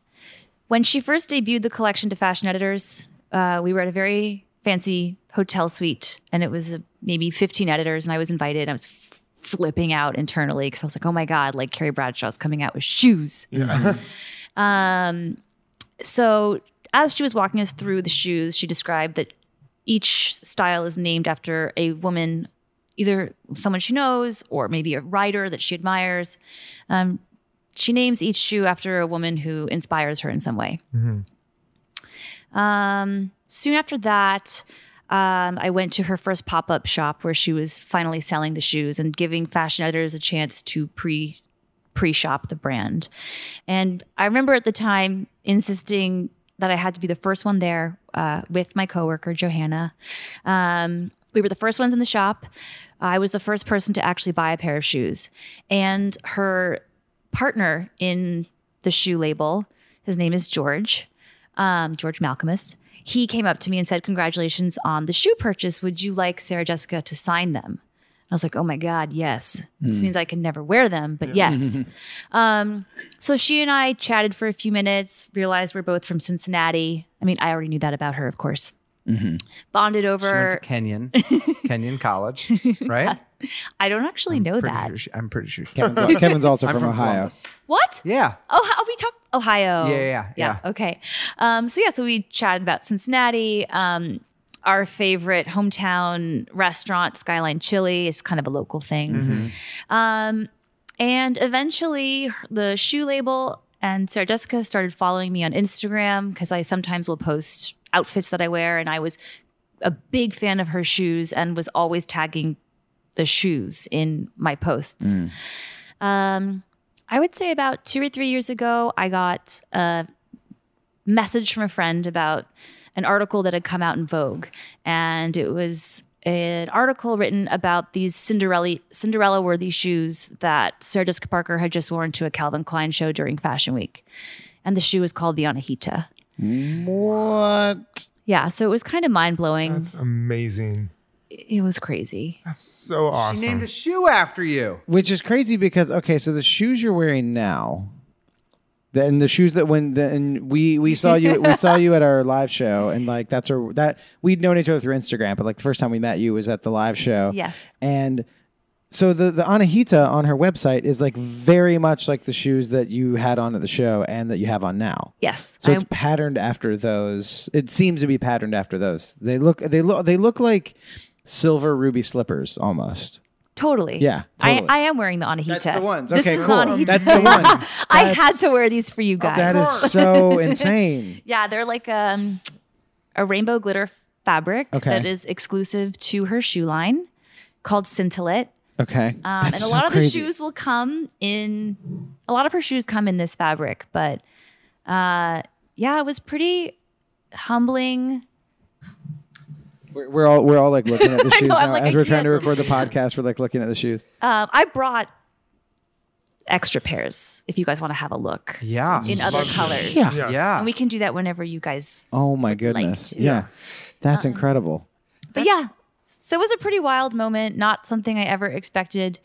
when she first debuted the collection to fashion editors, uh, we were at a very fancy hotel suite, and it was uh, maybe 15 editors, and I was invited. And I was f- flipping out internally because I was like, "Oh my god!" Like Carrie Bradshaw's coming out with shoes. [LAUGHS] um, so as she was walking us through the shoes, she described that each style is named after a woman, either someone she knows or maybe a writer that she admires. Um, she names each shoe after a woman who inspires her in some way. Um, soon after that, um, I went to her first pop up shop where she was finally selling the shoes and giving fashion editors a chance to pre pre shop the brand. And I remember at the time insisting that I had to be the first one there uh, with my coworker, Johanna. Um, we were the first ones in the shop. I was the first person to actually buy a pair of shoes. And her partner in the shoe label, his name is George, um, George Malcolmus. He came up to me and said, Congratulations on the shoe purchase. Would you like Sarah Jessica to sign them? And I was like, oh my God, yes.
Hmm.
This means I can never wear them, but yes.
[LAUGHS]
um, so she and I chatted for a few minutes, realized we're both from Cincinnati. I mean, I already knew that about her, of course. Bonded
Mm-hmm. She went
over.
to Kenyon, Kenyon College, right?
I don't actually know
Pretty
that.
sure she- I'm pretty sure. She,
Kevin's, al- Kevin's also
I'm
from, Ohio.
Columbus.
What?
Yeah.
Oh, how we talked Ohio.
Yeah, yeah, yeah.
Okay. Um, so yeah, so we chatted about Cincinnati. Um, our favorite hometown restaurant, Skyline Chili, is kind of a local thing.
Mm-hmm.
Um, and eventually, the shoe label and Sarah Jessica started following me on Instagram because I sometimes will post outfits that I wear, and I was a big fan of her shoes and was always tagging the shoes in my posts. Um, I would say about two or three years ago, I got a message from a friend about an article that had come out in Vogue, and it was an article written about these Cinderella Cinderella worthy shoes that Sarah Jessica Parker had just worn to a Calvin Klein show during Fashion Week, and the shoe was called the Anahita.
What?
Yeah, so it was kind of mind blowing.
That's amazing.
It was crazy.
That's so awesome.
She named a shoe after you.
Which is crazy because okay, so the shoes you're wearing now, then the shoes that when the, and we we saw you we saw you at our live show and like that's our that we'd known each other through Instagram, but like the first time we met you was at the live show.
Yes.
and. So the the Anahita on her website is like very much like the shoes that you had on at the show and that you have on now.
Yes.
So
I-
it's patterned after those. It seems to be patterned after those. They look they look they look like silver ruby slippers almost.
Totally.
Yeah, totally.
I, I am wearing the Anahita.
That's the ones.
This
Okay,
is
cool.
an Anahita.
That's the one.
[LAUGHS] I
That's-
had to wear these for you guys.
That is
[LAUGHS]
so insane.
yeah, they're like um, a rainbow glitter fabric
Okay.
that is exclusive to her shoe line called Scintillate.
Okay.
Um, and a lot of the shoes will come in, a lot of her shoes come in this fabric, but uh, yeah, it was pretty humbling.
We're, we're all we're all like looking at the shoes
know, I'm
now
like,
as
[LAUGHS] I
we're trying to
can't.
record the podcast. We're like looking at the shoes.
Um, I brought extra pairs if you guys want to have a look
Yeah.
in other colors.
Yes.
yeah.
And we can do that whenever you guys
Oh my goodness.
to. Uh-uh.
yeah. That's incredible.
but yeah so it was a pretty wild moment not something i ever expected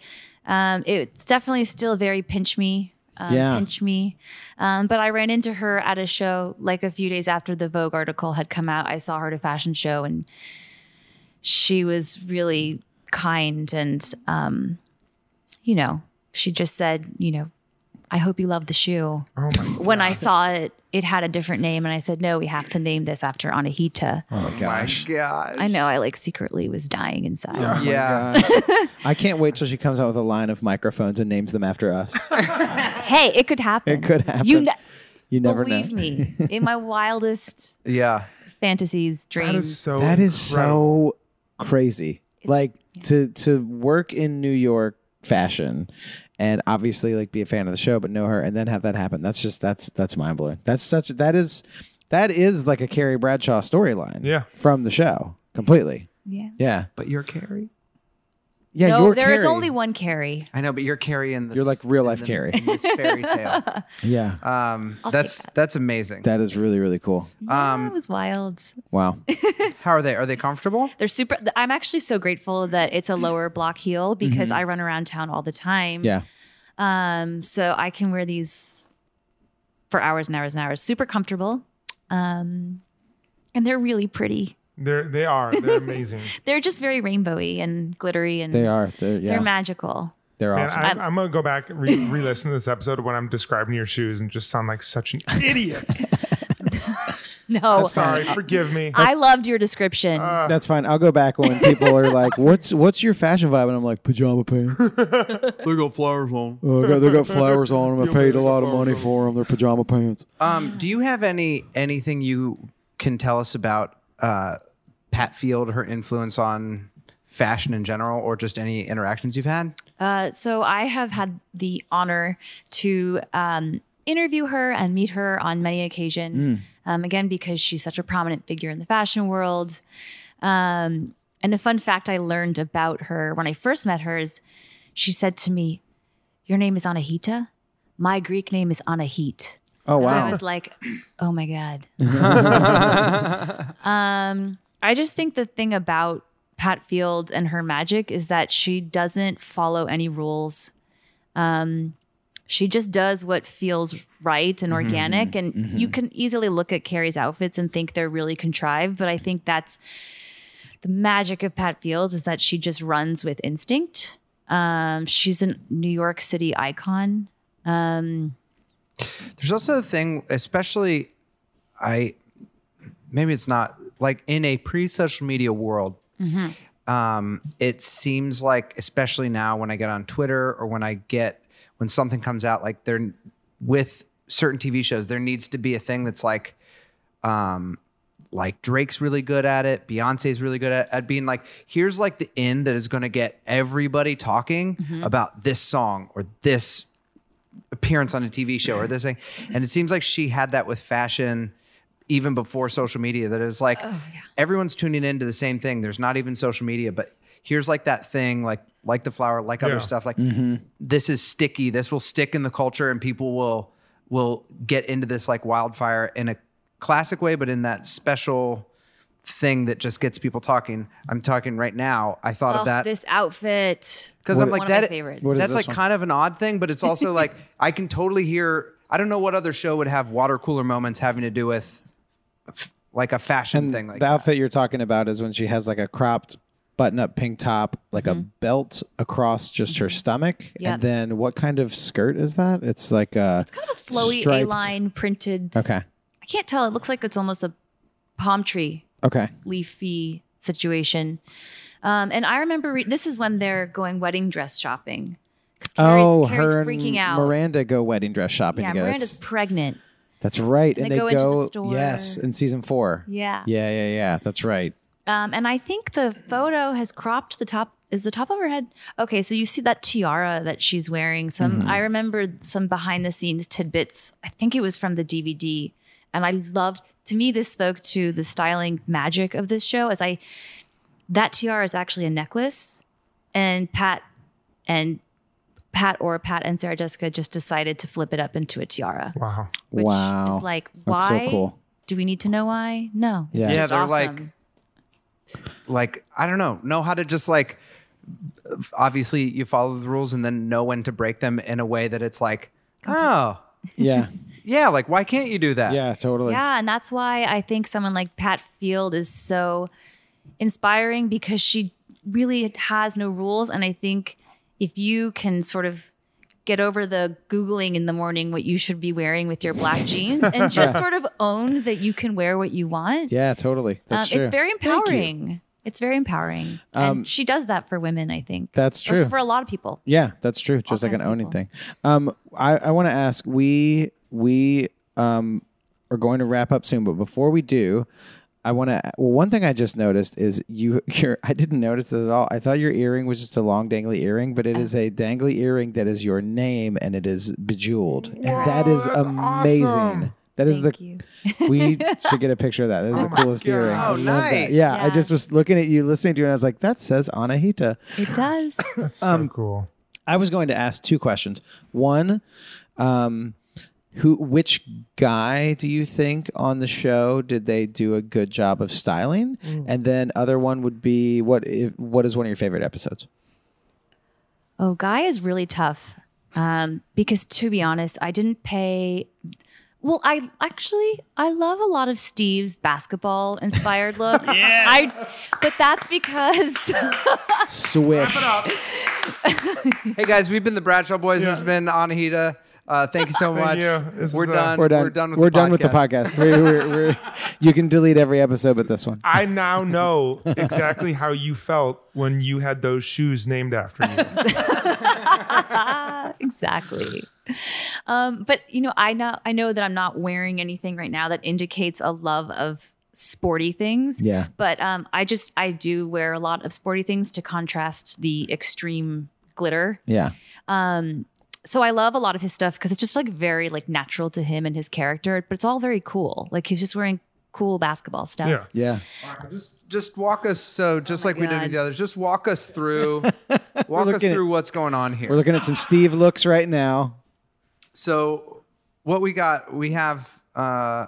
um, it's definitely still very pinch me um,
Yeah.
pinch me um, but i ran into her at a show like a few days after the vogue article had come out i saw her at a fashion show and she was really kind and um, you know she just said you know i hope you love the shoe
Oh my
when i saw it it had a different name and i said no we have to name this after anahita
Oh my gosh.
God.
I know. I like secretly was dying inside.
Oh
Yeah.
I can't wait till she comes out with a line of microphones and names them after us.
[LAUGHS] Hey, it could happen.
It could happen.
You ne-
You never
believe
know.
me.
[LAUGHS]
In my wildest
Yeah.
fantasies, dreams.
That is so.
That is
incredible.
so crazy. like to to work in New York fashion and obviously like be a fan of the show but know her and then have that happen. That's just that's that's mind blowing. That's such that is that is like a Carrie Bradshaw storyline.
Yeah.
From the show. Completely.
yeah.
Yeah.
But you're Carrie.
Yeah.
no,
you're
there is
Carrie.
only one Carrie.
I know, but you're Carrie in this.
You're like real
in
life
the-
Carrie.
in this fairy
[LAUGHS]
tale.
Yeah.
Um,
I'll take
that's that's amazing.
That is really, really cool.
Um,
Yeah, it was wild.
[LAUGHS] Wow.
How are they? Are they comfortable?
They're super. I'm actually so grateful that it's a lower block heel because I run around town all the time.
Mm-hmm. Yeah.
Um, so I can wear these for hours and hours and hours. Super comfortable. Um, and they're really pretty.
They're, they are.
[LAUGHS]
They're amazing.
They're just very rainbowy and glittery and
They are. They're yeah.
they're
They're,
magical.
Man,
awesome.
I'm, I'm gonna go back and re- re-listen to this episode when I'm describing your shoes and just sound like
[LAUGHS]
such an idiot.
[LAUGHS] No, Uh,
I'm sorry,
Uh,
Uh. forgive me.
I loved your description.
that's fine. I'll go back when people are like, "What's what's your fashion vibe?" And I'm like, "Pajama pants."
[LAUGHS] They got flowers on.
Oh, they got- they got flowers on
[LAUGHS]
them. I paid a lot of money
flowers.
for them. They're pajama pants.
Um, do you have any anything you can tell us about uh, Pat Field, her influence on fashion in general, or just any interactions you've had?
Uh, so I have had the honor to um, interview her and meet her on many occasions.
Mm.
Um, again, because she's such a prominent figure in the fashion world. Um, and a fun fact I learned about her when I first met her is she said to me, Your name is Anahita? My Greek name is Anahit.
Oh
And
wow!
I was like, oh
[LAUGHS]
my God. um, I just think the thing about Hatfield and her magic is that she doesn't follow any rules. Um, she just does what feels right
Mm-hmm.
and organic. And you can easily look at Carrie's outfits and think they're really contrived, but I think that's the magic of Pat Fields is that she just runs with instinct. Um, she's a New York City icon. Um,
There's also a thing, especially I maybe it's not like in a pre-social media world. Um, it seems like, especially now when I get on Twitter or when I get when something comes out, like there with certain TV shows, there needs to be a thing that's like, um, like Drake's really good at it, Beyonce's really good at, at being like, here's like the end that is going to get everybody talking about this song or this appearance on a TV show or this thing. And it seems like she had that with fashion even before social media that is like everyone's tuning into the same thing. There's not even social media, but here's like that thing like like the flower, like
Yeah.
other stuff like this is sticky. This will stick in the culture and people will will get into this like wildfire in a classic way but in that special thing that just gets people talking. I'm talking right now. I thought
oh,
of that
this outfit.
because I'm like
one
that.
Of my favorites.
what is
that's
this
like
one?
kind of an odd thing, but it's also like I can totally hear. I don't know what other show would have water cooler moments having to do with f- like a fashion
And
thing. Like
the outfit you're talking about is when she has like a cropped button-up pink top, like a belt across just her stomach,
Mm-hmm. Yep.
and then what kind of skirt is that? It's like a
kind of a flowy
Striped.
A-line printed.
okay,
I can't tell. It looks like it's almost a palm tree
okay.
leafy situation. Um, and I remember re- this is when they're going wedding dress shopping. 'Cause Carrie's,
oh,
Carrie's
her
freaking
and
out.
Miranda go wedding dress shopping
yeah,
together.
Miranda's
That's-
pregnant.
That's right.
And
And,
they
they,
go
go,
into the store.
Yes, in season four.
Yeah.
Yeah, yeah, yeah. That's right.
Um, and I think the photo has cropped the top. Is the top of her head okay? So you see that tiara that she's wearing. Some
Mm-hmm.
I remember some behind the scenes tidbits. I think it was from the DVD, and I loved. To me, this spoke to the styling magic of this show. As I, that tiara is actually a necklace, and Pat and Pat or Pat and Sarah Jessica just decided to flip it up into a tiara,
Wow.
which
wow.
is like
That's
why?
so cool.
Do we need to know why? No. It's
Yeah.
Yeah,
just
they're
awesome.
like- like I don't know, know how to just like obviously you follow the rules and then know when to break them in a way that it's like, oh
[LAUGHS]
yeah.
yeah, like why can't you do that?
Yeah, totally.
Yeah, and that's why I think someone like Pat Field is so inspiring because she really has no rules. And I think if you can sort of get over the Googling in the morning what you should be wearing with your black jeans and just sort of own that you can wear what you want,
Yeah, totally. That's
um,
true.
it's very
Thank you.
empowering. It's very empowering.
Um,
and she does that for women, I think.
That's
Or
true.
for a lot of people.
Yeah, that's true. Just like
kinds
an
of
owning
people.
thing. Um, I, I want to ask. We we um are going to wrap up soon, but before we do, I want to. Well, one thing I just noticed is you. [LAUGHS] Your I didn't notice this at all. I thought your earring was just a long dangly earring, but it is a dangly earring that is your name, and it is bejeweled, and that is
that's
amazing.
awesome.
That is
Thank
the
you. [LAUGHS]
we should get a picture of that. That is the coolest
God.
earring. I
Oh,
love that.
nice.
Yeah, I
Yeah.
just was looking at you, listening to you, and I was like, that says Anahita.
It does.
That's so
um,
cool.
I was going to ask two questions. One, um, who, which guy do you think on the show did they do a good job of styling? And then other one would be what? If, what is one of your favorite episodes?
Oh, Guy is really tough. Um, because to be honest, I didn't pay. Well, I actually I love a lot of Steve's basketball inspired looks. I, but that's because [LAUGHS]
Swish.
Hey guys, we've been the Bradshaw Boys. This has
Yeah.
been Anahita. Uh, thank you so much.
you. This
We're
is, uh,
done.
We're done.
We're done with
We're
the
done with the podcast. We're- we're- we're- you can delete every episode but this one.
I now know exactly how you felt when you had those shoes named
[LAUGHS]
after you.
uh, exactly. Um, but you know, I know I know that I'm not wearing anything right now that indicates a love of sporty things.
Yeah.
But um, I just I do wear a lot of sporty things to contrast the extreme glitter
Yeah.
Um, so I love a lot of his stuff because it's just like very like natural to him and his character, but it's all very cool. Like he's just wearing cool basketball stuff.
Yeah.
Yeah.
Just just walk us
Oh
so just like we did
God.
with the others. Just walk
[LAUGHS]
us through walk us
looking at-
through what's going on here.
We're looking at some Steve looks right now. [LAUGHS]
So what we got, we have uh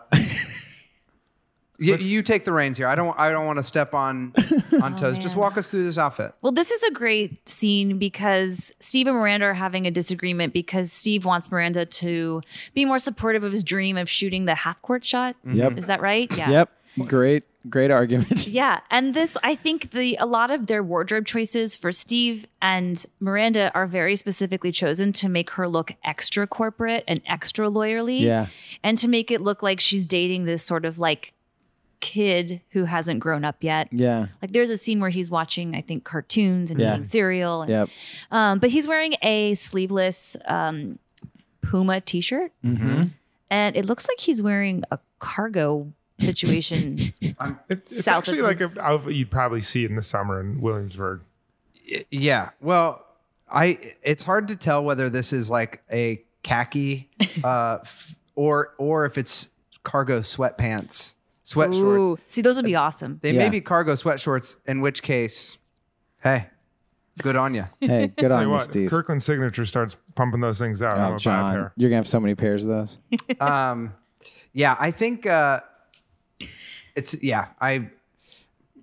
You, you take the reins here. I don't. I don't want to
[LAUGHS]
step on
Oh,
on toes. Just walk us through this outfit.
Well, this is a great scene because Steve and Miranda are having a disagreement because Steve wants Miranda to be more supportive of his dream of shooting the half court shot.
Mm-hmm. Yep.
Is that right? Yeah.
Yep. Great, great [LAUGHS] argument.
Yeah, and this I think the a lot of their wardrobe choices for Steve and Miranda are very specifically chosen to make her look extra corporate and extra lawyerly.
Yeah.
And to make it look like she's dating this sort of like kid who hasn't grown up yet.
Yeah.
Like there's a scene where he's watching I think cartoons and
Yeah.
eating cereal and
Yep.
um but he's wearing a sleeveless um Puma t-shirt.
Mm-hmm.
And it looks like he's wearing a
[COUGHS]
cargo situation.
It's, it's
South
actually
of
like an
this.
outfit you'd probably see in the summer in Williamsburg.
Yeah. Well, I it's hard to tell whether this is like a
[LAUGHS]
khaki uh f- or or if it's cargo sweatpants, sweat
Ooh,
shorts.
see, those would be
Uh,
awesome.
They
Yeah.
may be cargo sweat shorts, in which case, hey, good on
[LAUGHS]
you.
Hey, good
Tell
on
you
you,
what, if
Steve.
Kirkland Signature starts pumping those things out,
Oh,
I'm gonna buy a
John,
pair.
you're gonna have so many pairs of those.
Um, yeah, I think uh, it's yeah. I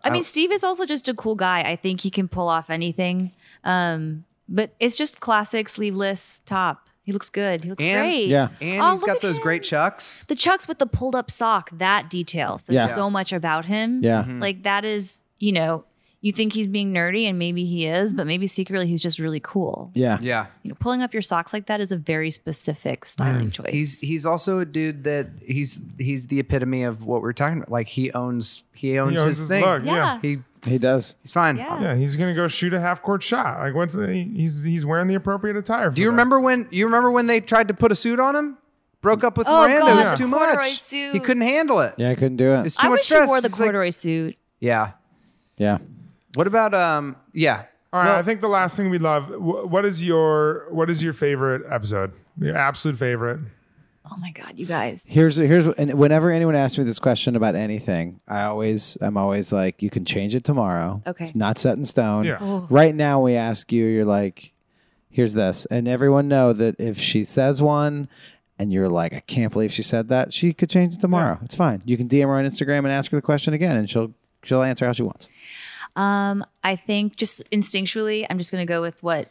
I mean, Steve is also just a cool guy. I think he can pull off anything. Um, but it's just classic sleeveless top. He looks good. He looks
And-
great.
Yeah.
and
Oh,
he's
look
got
at
those
him.
great chucks.
The Chucks with the pulled up sock, that detail says
Yeah.
so much about him.
Yeah.
Mm-hmm.
Mm-hmm.
Like that is, you know, you think he's being nerdy and maybe he is, but maybe secretly he's just really cool.
Yeah.
Yeah,
You know, pulling up your socks like that is a very specific styling choice.
Mm. he's he's also a dude that he's he's the epitome of what we're talking about. Like he owns he owns,
He owns
his,
his
thing.
lug,
yeah.
yeah.
He
He does.
he's fine.
Yeah.
Yeah, he's gonna go shoot a half court shot. Like what's the, he's he's wearing the appropriate attire.
Do you remember when you remember when they tried to put a suit on him? Broke up with
Oh,
Miranda.
God,
it was
the
too
corduroy
much.
suit.
He couldn't handle it.
Yeah, I couldn't do
It's
it.
too
I
much
wish
stress.
he wore the
He's like-
corduroy suit.
yeah.
Yeah.
What about um? Yeah.
All right,
Well-
I think the last thing we love. wh- What is your what is your favorite episode? Your absolute favorite?
Oh my God, you guys.
Here's here's and whenever anyone asks me this question about anything, I always I'm always like, you can change it tomorrow.
Okay.
It's not set in stone.
Yeah.
Right now, we ask you, you're like, here's this, and everyone know that if she says one. And you're like, I can't believe she said that. She could change it tomorrow. It's fine. You can DM her on Instagram and ask her the question again, and she'll she'll answer how she wants.
Um, I think just instinctually, I'm just going to go with what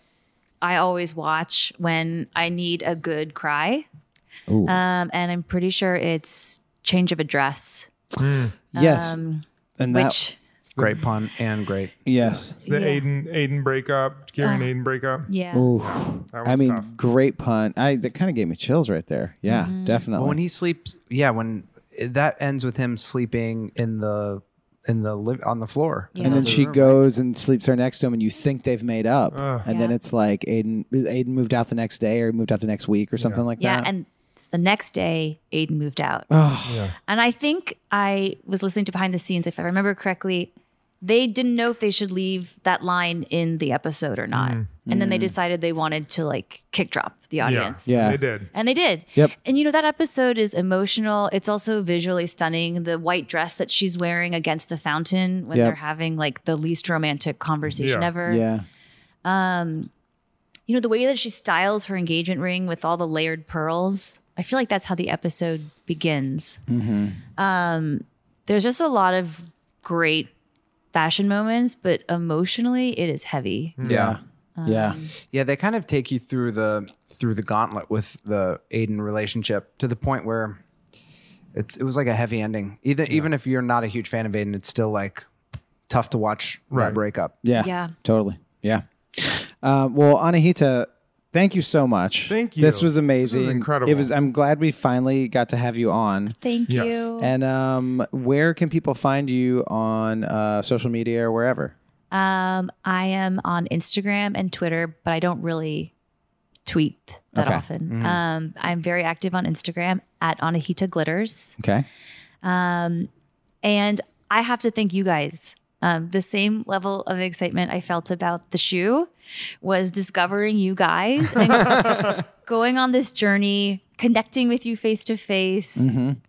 I always watch when I need a good cry.
Ooh.
Um, and I'm pretty sure it's Change of Address,
yes, and that
Um, which,
Great pun and great.
yes.
The Aiden Aiden breakup, Gary and Aiden breakup.
yeah.
Ooh.
That
I
one's
mean,
tough.
great pun. I that kind of gave me chills right there. Yeah,
Mm-hmm.
definitely.
Well, when he sleeps, yeah, when that ends with him sleeping in the in the li- on the floor.
Yeah.
and then
Another
she goes and sleeps her next to him, and you think they've made up, and then
Yeah.
it's like Aiden. Aiden moved out the next day, or moved out the next week, or something like
Yeah.
that.
And it's the next day, Aiden moved out.
Oh.
And I think I was listening to behind the scenes, if I remember correctly, they didn't know if they should leave that line in the episode
Mm.
or not. And then they decided they wanted to like kick drop the audience.
Mm. Yeah.
they did.
And they did.
Yep.
And you know, that episode is emotional. It's also visually stunning. The white dress that she's wearing against the fountain when
Yep.
they're having like the least romantic conversation
Yeah.
ever.
yeah,
You know, the way that she styles her engagement ring with all the layered pearls. I feel like that's how the episode begins. Um,
Mm-hmm.
there's just a lot of great fashion moments, but emotionally, it is heavy.
Yeah.
um,
yeah,
Yeah, they kind of take you through the through the gauntlet with the Aiden relationship to the point where it's it was like a heavy ending. Either even if you're not a huge fan of Aiden, it's still like tough to watch
Right.
that breakup.
yeah,
Yeah.
totally. Yeah. Uh, well, Anahita, thank you so much.
Thank
This
you.
was
This was
amazing.
incredible.
It was. I'm glad we finally got to have you on.
Thank
Yes.
you.
And um, where can people find you on uh, social media or wherever?
Um, I am on Instagram and Twitter, but I don't really tweet that
Okay. Mm-hmm.
often. Um, I'm very active on Instagram at Anahita Glitters,
Okay.
and I have to thank you guys. Um, the same level of excitement I felt about the shoe was discovering you guys and going on this journey, connecting with you face to face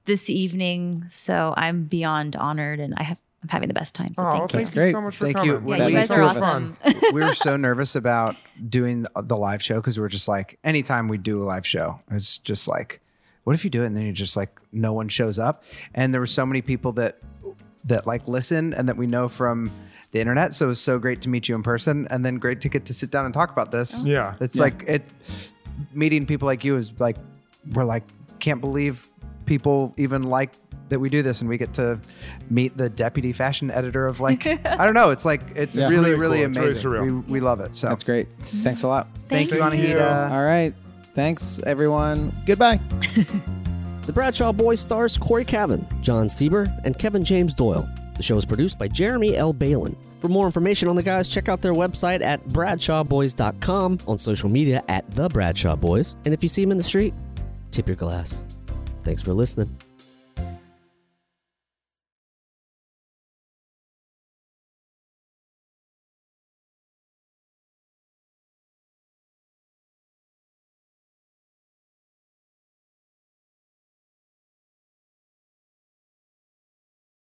this evening. So I'm beyond honored, and I have I'm having the best time. So
Oh,
thank
well,
you.
thank you
great.
so much for
Thank
coming.
you.
This
Yeah,
was
you guys
so
are
much
awesome.
[LAUGHS] we were so nervous about doing the live show because we are just like, anytime we do a live show, it's just like, what if you do it and then you're just like, no one shows up? And there were so many people that that like listen and that we know from the internet. So it was so great to meet you in person, and then great to get to sit down and talk about this.
Yeah.
it's like it. Meeting people like you is like we're like can't believe people even like that we do this and we get to meet the deputy fashion editor of like I don't know. It's like it's
Yeah.
really
Really
really
cool. It's really
amazing.
surreal.
we, we love it. So
That's great. Thanks a lot.
Thank, you,
Thank you.
Anahita.
All right. Thanks, everyone. Goodbye.
The Bradshaw Boys stars Corey Cavan, John Sieber, and Kevin James Doyle. The show is produced by Jeremy L. Balin. For more information on the guys, check out their website at bradshawboys.com, on social media at The Bradshaw Boys, and if you see them in the street, tip your glass. Thanks for listening.